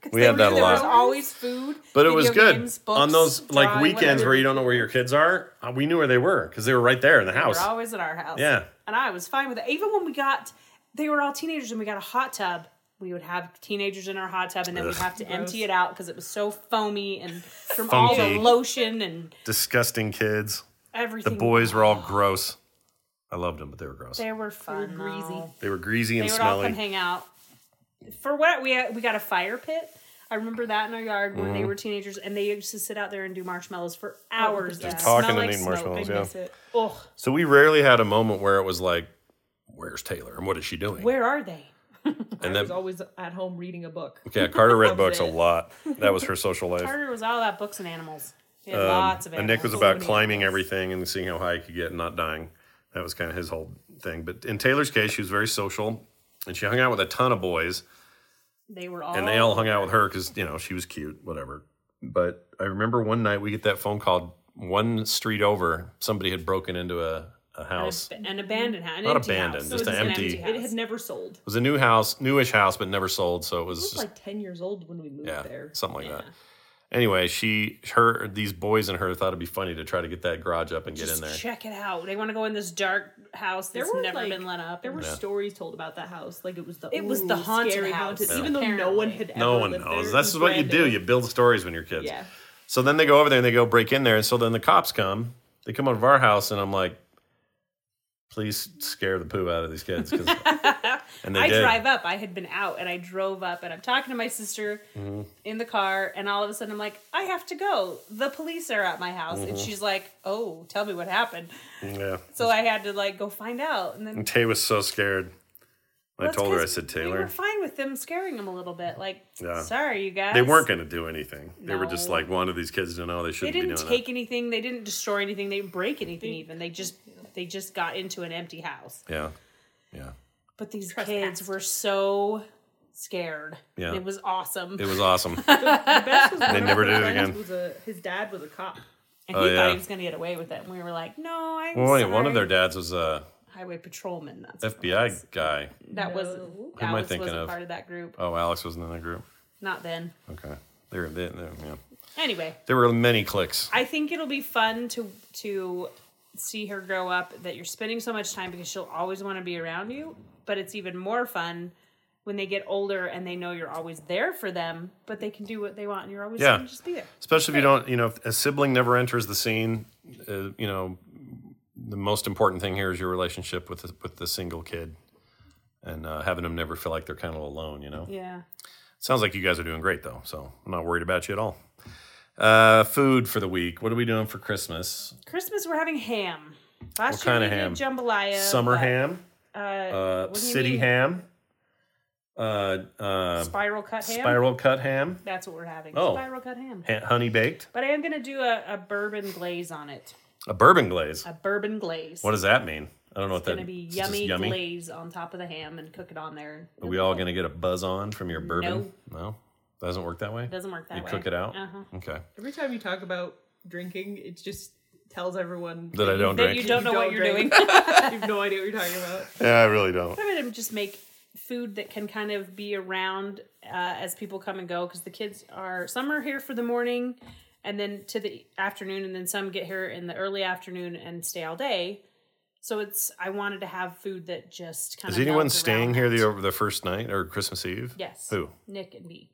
[SPEAKER 2] 'Cause
[SPEAKER 1] We
[SPEAKER 2] they
[SPEAKER 1] had
[SPEAKER 2] would-
[SPEAKER 1] that a
[SPEAKER 2] there
[SPEAKER 1] lot.
[SPEAKER 2] was always food.
[SPEAKER 1] But it
[SPEAKER 2] video
[SPEAKER 1] was good
[SPEAKER 2] games,
[SPEAKER 1] on
[SPEAKER 2] books,
[SPEAKER 1] those like
[SPEAKER 2] drawing,
[SPEAKER 1] weekends
[SPEAKER 2] whatever.
[SPEAKER 1] where you don't know where your kids are. uh, We knew where they were because they were right there in the
[SPEAKER 2] They
[SPEAKER 1] house.
[SPEAKER 2] were always at our house.
[SPEAKER 1] Yeah.
[SPEAKER 2] And I was fine with it. Even when we got, they were all teenagers and we got a hot tub. We would have teenagers in our hot tub and then we'd have to empty it out because it was so foamy and from all
[SPEAKER 1] Funky.
[SPEAKER 2] the lotion and
[SPEAKER 1] Disgusting kids. The
[SPEAKER 2] everything.
[SPEAKER 1] boys were all gross. I loved them, but they were gross.
[SPEAKER 2] They were fun.
[SPEAKER 3] were greasy.
[SPEAKER 2] though.
[SPEAKER 1] They were greasy and
[SPEAKER 2] They would all come
[SPEAKER 1] smelly.
[SPEAKER 2] hang out. For what we we got a fire pit. I remember that in our yard when they were teenagers, and they used to sit out there and do marshmallows for hours.
[SPEAKER 3] Just
[SPEAKER 2] It
[SPEAKER 1] Oh, talking
[SPEAKER 2] smelled
[SPEAKER 1] and
[SPEAKER 2] like
[SPEAKER 1] eating
[SPEAKER 2] smoke.
[SPEAKER 1] marshmallows.
[SPEAKER 3] I
[SPEAKER 1] Yeah.
[SPEAKER 3] miss it.
[SPEAKER 2] Ugh,
[SPEAKER 1] So we rarely had a moment where it was like, "Where's Taylor and what is she doing?"
[SPEAKER 2] where are they?
[SPEAKER 1] and
[SPEAKER 3] I
[SPEAKER 1] then
[SPEAKER 3] was always at home reading a book.
[SPEAKER 1] Yeah, Carter read
[SPEAKER 3] Loved
[SPEAKER 1] books a
[SPEAKER 3] it.
[SPEAKER 1] lot. That was her social life.
[SPEAKER 2] Carter was all about books and animals. He had lots of
[SPEAKER 1] Um, and
[SPEAKER 2] animals.
[SPEAKER 1] Nick was about climbing everything and seeing how high he could get and not dying. That was kind of his whole thing. But in Taylor's case, she was very social and she hung out with a ton of boys
[SPEAKER 2] They were all.
[SPEAKER 1] and they all hung out with her because, you know, she was cute, whatever. But I remember one night we get that phone call one street over, somebody had broken into a, a house. It
[SPEAKER 2] an abandoned house. An
[SPEAKER 1] Not
[SPEAKER 2] empty
[SPEAKER 1] abandoned,
[SPEAKER 2] house.
[SPEAKER 1] just
[SPEAKER 2] it was
[SPEAKER 1] an empty-
[SPEAKER 2] house.
[SPEAKER 3] It had never sold.
[SPEAKER 1] was a new house, newish house, but never sold. So it was,
[SPEAKER 3] I was
[SPEAKER 1] just
[SPEAKER 3] like ten years old when we moved
[SPEAKER 1] yeah,
[SPEAKER 3] there.
[SPEAKER 1] something like that. Anyway, she, her, these boys and her thought it'd be funny to try to get that garage up and get in
[SPEAKER 2] Just
[SPEAKER 1] there.
[SPEAKER 2] check it out. They want to go in this dark house
[SPEAKER 3] There
[SPEAKER 2] that's
[SPEAKER 3] were,
[SPEAKER 2] never
[SPEAKER 3] like-
[SPEAKER 2] been let up.
[SPEAKER 3] There were
[SPEAKER 1] Yeah.
[SPEAKER 3] stories told about that house, like it was the
[SPEAKER 2] It was
[SPEAKER 3] ooh,
[SPEAKER 2] the haunted
[SPEAKER 3] scary
[SPEAKER 2] house,
[SPEAKER 3] haunted, even though no one had ever
[SPEAKER 1] No one
[SPEAKER 3] lived
[SPEAKER 1] knows.
[SPEAKER 3] there.
[SPEAKER 1] That's
[SPEAKER 3] It was
[SPEAKER 1] what you
[SPEAKER 3] brand
[SPEAKER 1] do.
[SPEAKER 3] new.
[SPEAKER 1] You build stories when you're kids.
[SPEAKER 3] yeah.
[SPEAKER 1] So then they go over there and they go break in there. And so then the cops come. They come out of our house, and I'm like, please scare the poo out of these kids because And they
[SPEAKER 2] I
[SPEAKER 1] did.
[SPEAKER 2] drive up. I had been out and I drove up and I'm talking to my sister in the car and all of a sudden I'm like, I have to go. The police are at my house.
[SPEAKER 1] Mm-hmm.
[SPEAKER 2] And she's like, Oh, tell me what happened.
[SPEAKER 1] Yeah.
[SPEAKER 2] So I had to like go find out. And then
[SPEAKER 1] And Tay was so scared. I
[SPEAKER 2] That's
[SPEAKER 1] told her, I
[SPEAKER 2] 'cause
[SPEAKER 1] said,
[SPEAKER 2] we were
[SPEAKER 1] Taylor,
[SPEAKER 2] fine with them scaring them a little bit. Like,
[SPEAKER 1] Yeah.
[SPEAKER 2] sorry, you guys.
[SPEAKER 1] they weren't going to do anything. They were just
[SPEAKER 2] No.
[SPEAKER 1] like, wanted these kids to know they
[SPEAKER 2] They
[SPEAKER 1] shouldn't be
[SPEAKER 2] didn't
[SPEAKER 1] doing
[SPEAKER 2] take anything. They didn't destroy anything. They didn't break anything. Even they just they just got into an empty house.
[SPEAKER 1] it. Yeah. Yeah.
[SPEAKER 2] But these kids were so scared.
[SPEAKER 1] Yeah.
[SPEAKER 2] It was awesome.
[SPEAKER 1] It was awesome.
[SPEAKER 3] The best was they
[SPEAKER 1] never did it again.
[SPEAKER 3] Was a, his dad was a cop.
[SPEAKER 2] and
[SPEAKER 1] oh,
[SPEAKER 2] he thought
[SPEAKER 1] yeah.
[SPEAKER 2] he was going to get away with it. And we were like, no, I'm
[SPEAKER 1] well, wait, one of their
[SPEAKER 2] sorry.
[SPEAKER 1] dads was a
[SPEAKER 2] highway patrolman. That's
[SPEAKER 1] FBI guy.
[SPEAKER 2] that wasn't
[SPEAKER 1] Who am I
[SPEAKER 2] Alex
[SPEAKER 1] thinking
[SPEAKER 2] wasn't
[SPEAKER 1] of?
[SPEAKER 2] part of that group.
[SPEAKER 1] Oh, Alex wasn't in that group.
[SPEAKER 2] Not then.
[SPEAKER 1] Okay. They were, they, they, yeah.
[SPEAKER 2] Anyway,
[SPEAKER 1] There were many clicks.
[SPEAKER 2] I think it'll be fun to to see her grow up. That you're spending so much time because she'll always want to be around you. But it's even more fun when they get older and they know you're always there for them. But they can do what they want, and you're always
[SPEAKER 1] Yeah.
[SPEAKER 2] gonna just be there.
[SPEAKER 1] Especially if you don't, you know, if a sibling never enters the scene, uh, you know, the most important thing here is your relationship with the, with the single kid and uh, having them never feel like they're kind of alone, you know?
[SPEAKER 2] Yeah.
[SPEAKER 1] Sounds like you guys are doing great, though. So I'm not worried about you at all. Uh, food for the week. What are we doing for Christmas?
[SPEAKER 2] Christmas, we're having ham. Last
[SPEAKER 1] What
[SPEAKER 2] year we
[SPEAKER 1] kinda
[SPEAKER 2] did jambalaya.
[SPEAKER 1] Summer
[SPEAKER 2] but,
[SPEAKER 1] ham,
[SPEAKER 2] Uh,
[SPEAKER 1] uh,
[SPEAKER 2] what do you
[SPEAKER 1] city
[SPEAKER 2] mean?
[SPEAKER 1] ham, uh, uh,
[SPEAKER 2] Spiral cut ham.
[SPEAKER 1] spiral cut ham,
[SPEAKER 2] That's what we're having.
[SPEAKER 1] Oh.
[SPEAKER 2] Spiral cut ham.
[SPEAKER 1] ha- honey baked,
[SPEAKER 2] But I am going to do a, a bourbon glaze on it.
[SPEAKER 1] a bourbon glaze.
[SPEAKER 2] A bourbon glaze.
[SPEAKER 1] What does that mean? I don't know what
[SPEAKER 2] It's
[SPEAKER 1] that.
[SPEAKER 2] going to be
[SPEAKER 1] it's just
[SPEAKER 2] yummy, glaze on top of the ham and cook it on there.
[SPEAKER 1] Are we all going to get a buzz on from your bourbon? No, doesn't work that way.
[SPEAKER 2] It doesn't work that
[SPEAKER 1] you
[SPEAKER 2] way.
[SPEAKER 1] cook it out.
[SPEAKER 2] Uh-huh.
[SPEAKER 1] Okay,
[SPEAKER 3] Every time you talk about drinking, it just tells everyone
[SPEAKER 1] that I don't
[SPEAKER 2] Then you
[SPEAKER 1] drink.
[SPEAKER 2] don't know what you're
[SPEAKER 3] drink.
[SPEAKER 2] doing.
[SPEAKER 3] you have no idea what you're talking about.
[SPEAKER 1] Yeah, I really don't.
[SPEAKER 2] I'm going to just make food that can kind of be around uh, as people come and go because the kids are, some are here for the morning and then to the afternoon, and then some get here in the early afternoon and stay all day. So it's, I wanted to have food that just kind
[SPEAKER 1] Is
[SPEAKER 2] of.
[SPEAKER 1] anyone
[SPEAKER 2] melts
[SPEAKER 1] staying
[SPEAKER 2] around
[SPEAKER 1] here
[SPEAKER 2] it.
[SPEAKER 1] the over the first night or Christmas Eve?
[SPEAKER 2] Yes.
[SPEAKER 1] Who?
[SPEAKER 2] Nick and me.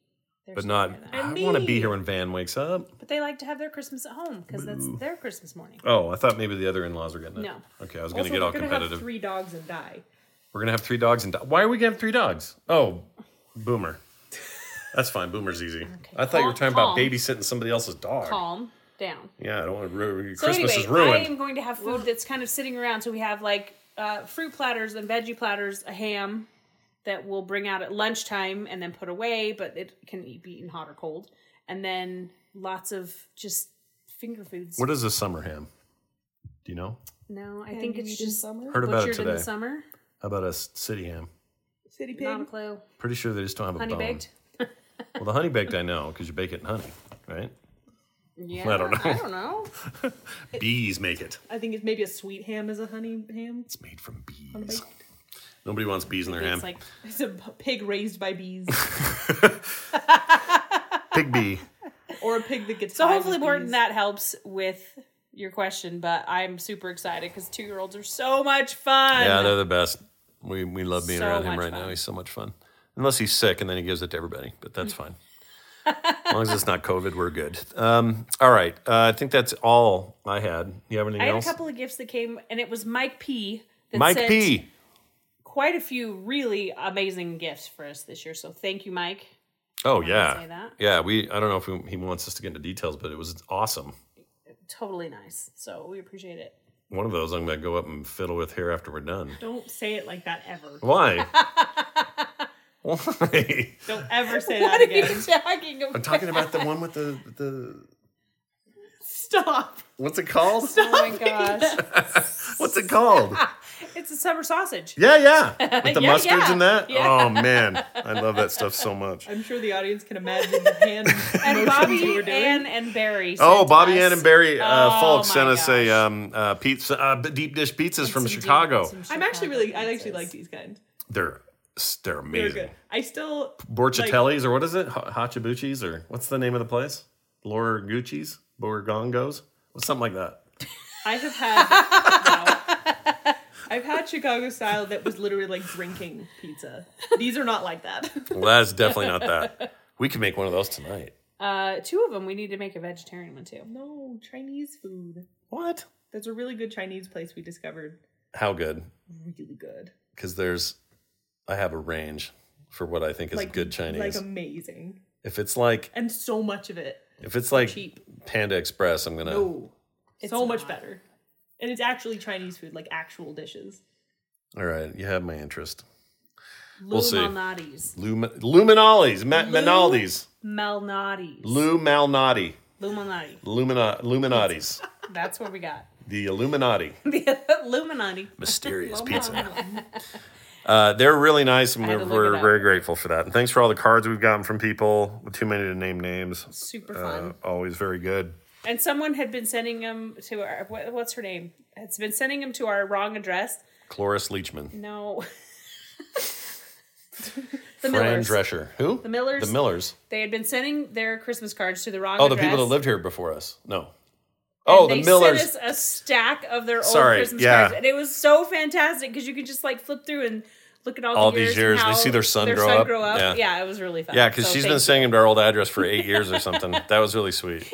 [SPEAKER 2] They're
[SPEAKER 1] But
[SPEAKER 2] staying
[SPEAKER 1] not.
[SPEAKER 2] here that-
[SPEAKER 1] I
[SPEAKER 3] And
[SPEAKER 1] want to be
[SPEAKER 3] me.
[SPEAKER 1] here when Van wakes up.
[SPEAKER 2] But they like to have their Christmas at home because that's their Christmas morning.
[SPEAKER 1] Oh, I thought maybe the other in-laws were getting it.
[SPEAKER 2] No.
[SPEAKER 1] Okay, I was going
[SPEAKER 3] Also,
[SPEAKER 1] to get
[SPEAKER 3] we're
[SPEAKER 1] all
[SPEAKER 3] gonna
[SPEAKER 1] competitive.
[SPEAKER 3] have three dogs and die.
[SPEAKER 1] We're gonna have three dogs and do- why are we gonna have three dogs? Oh, Boomer. That's fine. Boomer's easy. I thought you were
[SPEAKER 2] Calm-
[SPEAKER 1] talking about
[SPEAKER 2] calm.
[SPEAKER 1] babysitting somebody else's dog.
[SPEAKER 2] Calm down.
[SPEAKER 1] Yeah, I don't want to ruin.
[SPEAKER 2] So
[SPEAKER 1] Christmas
[SPEAKER 2] anyway,
[SPEAKER 1] is ruined.
[SPEAKER 2] I am going to have food that's kind of sitting around. So we have like uh, fruit platters and veggie platters, a ham that we'll bring out at lunchtime and then put away, but it can e- be eaten hot or cold. And then lots of just finger foods.
[SPEAKER 1] What is a summer ham? Do you know?
[SPEAKER 2] No, I think it's just
[SPEAKER 3] summer.
[SPEAKER 1] Heard about it
[SPEAKER 2] butchered in
[SPEAKER 1] today.
[SPEAKER 2] the summer.
[SPEAKER 1] How about a s- city ham?
[SPEAKER 3] City pig.
[SPEAKER 2] Not a clue.
[SPEAKER 1] Pretty sure they just don't have a
[SPEAKER 2] Honey
[SPEAKER 1] bone.
[SPEAKER 2] baked.
[SPEAKER 1] Well, the honey baked I know because you bake it in honey, right?
[SPEAKER 2] Yeah,
[SPEAKER 1] I don't know.
[SPEAKER 2] I don't know.
[SPEAKER 1] Bees make it.
[SPEAKER 3] I think it's maybe a sweet ham is a honey ham.
[SPEAKER 1] It's made from bees. Nobody wants bees in their ham.
[SPEAKER 2] It's like
[SPEAKER 3] It's a b- pig raised by bees,
[SPEAKER 1] Pig bee.
[SPEAKER 3] or a pig that gets.
[SPEAKER 2] So
[SPEAKER 3] high
[SPEAKER 2] hopefully,
[SPEAKER 3] with
[SPEAKER 2] Morton,
[SPEAKER 3] bees.
[SPEAKER 2] that helps with your question. But I'm super excited because two year olds are so much fun.
[SPEAKER 1] Yeah, they're the best. We we love being
[SPEAKER 2] So
[SPEAKER 1] around him
[SPEAKER 2] much
[SPEAKER 1] right now.
[SPEAKER 2] fun.
[SPEAKER 1] He's so much fun. Unless he's sick and then he gives it to everybody, but that's fine. as long as it's not COVID, we're good. Um, all right. Uh, I think that's all I had. You have anything
[SPEAKER 2] I had a
[SPEAKER 1] else?
[SPEAKER 2] couple of gifts that came, and it was Mike P. That
[SPEAKER 1] Mike
[SPEAKER 2] sent
[SPEAKER 1] P.
[SPEAKER 2] Quite a few really amazing gifts for us this year. So thank you, Mike.
[SPEAKER 1] Oh
[SPEAKER 2] say
[SPEAKER 1] yeah,
[SPEAKER 2] that.
[SPEAKER 1] yeah. We I don't know if we, he wants us to get into details, but it was awesome.
[SPEAKER 2] Totally nice. So we appreciate it.
[SPEAKER 1] One of those I'm gonna go up and fiddle with here after we're done.
[SPEAKER 3] Don't say it like that ever.
[SPEAKER 1] Why? Why?
[SPEAKER 3] Don't ever say
[SPEAKER 2] What
[SPEAKER 3] that
[SPEAKER 2] are
[SPEAKER 3] again.
[SPEAKER 2] you talking about?
[SPEAKER 1] I'm talking about the one with the the
[SPEAKER 3] Stop.
[SPEAKER 1] what's it called?
[SPEAKER 2] Oh my gosh!
[SPEAKER 1] What's it called?
[SPEAKER 2] it's a summer sausage.
[SPEAKER 1] Yeah, yeah. With the
[SPEAKER 2] Yeah,
[SPEAKER 1] mustards
[SPEAKER 2] yeah.
[SPEAKER 1] and that. Oh man, I love that stuff so much.
[SPEAKER 3] I'm sure the audience can imagine the hand
[SPEAKER 2] And
[SPEAKER 3] motions you
[SPEAKER 2] Bobby,
[SPEAKER 3] were doing.
[SPEAKER 2] Ann, and Barry.
[SPEAKER 1] Oh,
[SPEAKER 2] sent
[SPEAKER 1] Bobby,
[SPEAKER 2] us-
[SPEAKER 1] Ann, and Barry uh,
[SPEAKER 2] Oh,
[SPEAKER 1] Folk
[SPEAKER 2] my
[SPEAKER 1] sent us a
[SPEAKER 2] gosh.
[SPEAKER 1] um, uh, pizza, uh, b- deep dish pizzas from
[SPEAKER 2] some deep-
[SPEAKER 1] Chicago.
[SPEAKER 2] some
[SPEAKER 3] I'm actually
[SPEAKER 2] Chicago
[SPEAKER 3] really. I actually
[SPEAKER 2] pizzas.
[SPEAKER 3] like these kinds.
[SPEAKER 1] They're they're
[SPEAKER 3] They're
[SPEAKER 1] amazing.
[SPEAKER 3] good. I still.
[SPEAKER 1] Borchatelli's or what is it? H- Hachibuchis or what's the name of the place? Laura Gucci's, Borgongos, Well, something like that.
[SPEAKER 3] I have had. wow. I've had Chicago style that was literally like drinking pizza. These are not like that.
[SPEAKER 1] Well, that's definitely not that. We could make one of those tonight.
[SPEAKER 2] Uh, two of them. We need to make a vegetarian one too.
[SPEAKER 3] No Chinese food.
[SPEAKER 1] What?
[SPEAKER 3] There's a really good Chinese place we discovered.
[SPEAKER 1] How good?
[SPEAKER 3] Really good.
[SPEAKER 1] Because there's I have a range for what I think is
[SPEAKER 3] like
[SPEAKER 1] good Chinese.
[SPEAKER 3] like amazing,
[SPEAKER 1] if it's like
[SPEAKER 3] and so much of it.
[SPEAKER 1] if it's like
[SPEAKER 3] cheap.
[SPEAKER 1] Panda Express, I'm gonna
[SPEAKER 3] No, so much
[SPEAKER 4] not.
[SPEAKER 3] better, and it's actually Chinese food, like actual dishes.
[SPEAKER 1] All right, you have my interest.
[SPEAKER 2] Lou
[SPEAKER 1] see.
[SPEAKER 2] Malnati's.
[SPEAKER 1] Lou Luminoli's, Ma- Minaldi's,
[SPEAKER 2] Malnati's.
[SPEAKER 1] Lou Malnati,
[SPEAKER 2] Lou Malnati.
[SPEAKER 1] Lumina, Luminati's,
[SPEAKER 2] That's what we got.
[SPEAKER 1] the Illuminati.
[SPEAKER 2] The Illuminati.
[SPEAKER 1] Mysterious pizza. Uh, they're really nice, and we're,
[SPEAKER 2] had to look it
[SPEAKER 1] we're
[SPEAKER 2] up.
[SPEAKER 1] very grateful for that. And thanks for all the cards we've gotten from people. Too many to name names.
[SPEAKER 2] Super
[SPEAKER 1] Uh,
[SPEAKER 2] fun.
[SPEAKER 1] always very good.
[SPEAKER 2] And someone had been sending them to our, what, what's her name? It's been sending them to our wrong address.
[SPEAKER 1] Cloris Leachman,
[SPEAKER 2] No. the
[SPEAKER 1] Fran
[SPEAKER 2] Millers.
[SPEAKER 1] Drescher, who? The
[SPEAKER 2] Millers.
[SPEAKER 1] The Millers.
[SPEAKER 2] They had been sending their Christmas cards to the wrong
[SPEAKER 1] Oh, the
[SPEAKER 2] address.
[SPEAKER 1] people that lived here before us. No. Oh, the
[SPEAKER 2] they
[SPEAKER 1] Millers.
[SPEAKER 2] sent us a stack of their old
[SPEAKER 1] Sorry,
[SPEAKER 2] Christmas
[SPEAKER 1] yeah.
[SPEAKER 2] cards, and it was so fantastic because you could just like flip through and look at all,
[SPEAKER 1] All
[SPEAKER 2] the
[SPEAKER 1] these
[SPEAKER 2] years
[SPEAKER 1] years,
[SPEAKER 2] and
[SPEAKER 1] they
[SPEAKER 2] how
[SPEAKER 1] see their son grow up. Yeah.
[SPEAKER 2] Yeah. it was really fun.
[SPEAKER 1] Yeah, because
[SPEAKER 2] So
[SPEAKER 1] she's
[SPEAKER 2] thank
[SPEAKER 1] been singing to our old address for eight years or something. That was really sweet.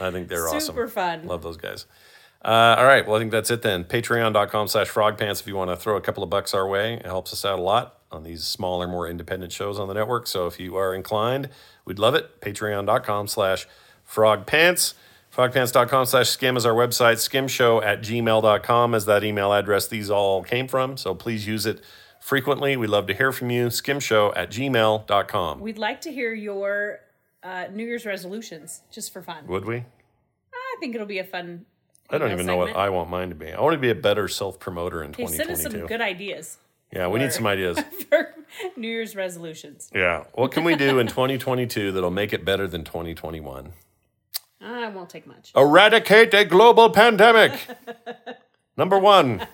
[SPEAKER 1] I think they're
[SPEAKER 2] you.
[SPEAKER 1] awesome.
[SPEAKER 2] super fun.
[SPEAKER 1] Love those guys. Uh, all right. Well, I think that's it then. Patreon.com slash frogpants if you want to throw a couple of bucks our way. It helps us out a lot on these smaller, more independent shows on the network. So if you are inclined, we'd love it. Patreon.com slash frogpants. Frogpants.com slash skim is our website. Skimshow at gmail.com is that email address these all came from. So please use it frequently. We'd love to hear from you. Skimshow at gmail.com.
[SPEAKER 2] We'd like to hear your uh, New Year's resolutions just for fun.
[SPEAKER 1] Would we?
[SPEAKER 2] I think it'll be a fun.
[SPEAKER 1] I don't
[SPEAKER 2] email
[SPEAKER 1] even know what
[SPEAKER 2] segment.
[SPEAKER 1] I want mine to be. I want to be a better self promoter in
[SPEAKER 2] Hey, send us
[SPEAKER 1] 2022.
[SPEAKER 2] some good ideas
[SPEAKER 1] yeah, we need
[SPEAKER 2] for-
[SPEAKER 1] some ideas.
[SPEAKER 2] for New Year's resolutions.
[SPEAKER 1] yeah. What can we do in 2022 that'll make it better than 2021?
[SPEAKER 2] Ah, it won't take much.
[SPEAKER 1] Eradicate a global pandemic. Number one.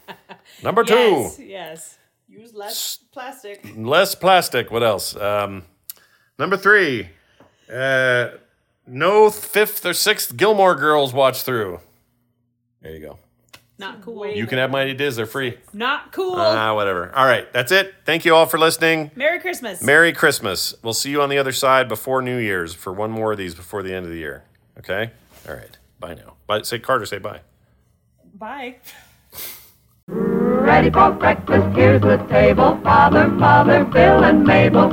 [SPEAKER 1] Number
[SPEAKER 2] Yes,
[SPEAKER 1] two.
[SPEAKER 2] yes.
[SPEAKER 3] Use less plastic.
[SPEAKER 1] Less plastic. What else? Um, number three. Uh, no fifth or sixth Gilmore Girls watch through. There you go.
[SPEAKER 2] Not cool.
[SPEAKER 1] You can have my ideas. They're free.
[SPEAKER 2] Not cool.
[SPEAKER 1] Ah, whatever. All right. That's it. Thank you all for listening.
[SPEAKER 2] Merry Christmas.
[SPEAKER 1] Merry Christmas. We'll see you on the other side before New Year's for one more of these before the end of the year. Okay? All right. Bye now. Bye. Say Carter, say bye.
[SPEAKER 3] Bye.
[SPEAKER 6] Ready for breakfast, here's the table. Father, Mother, Bill, and Mabel.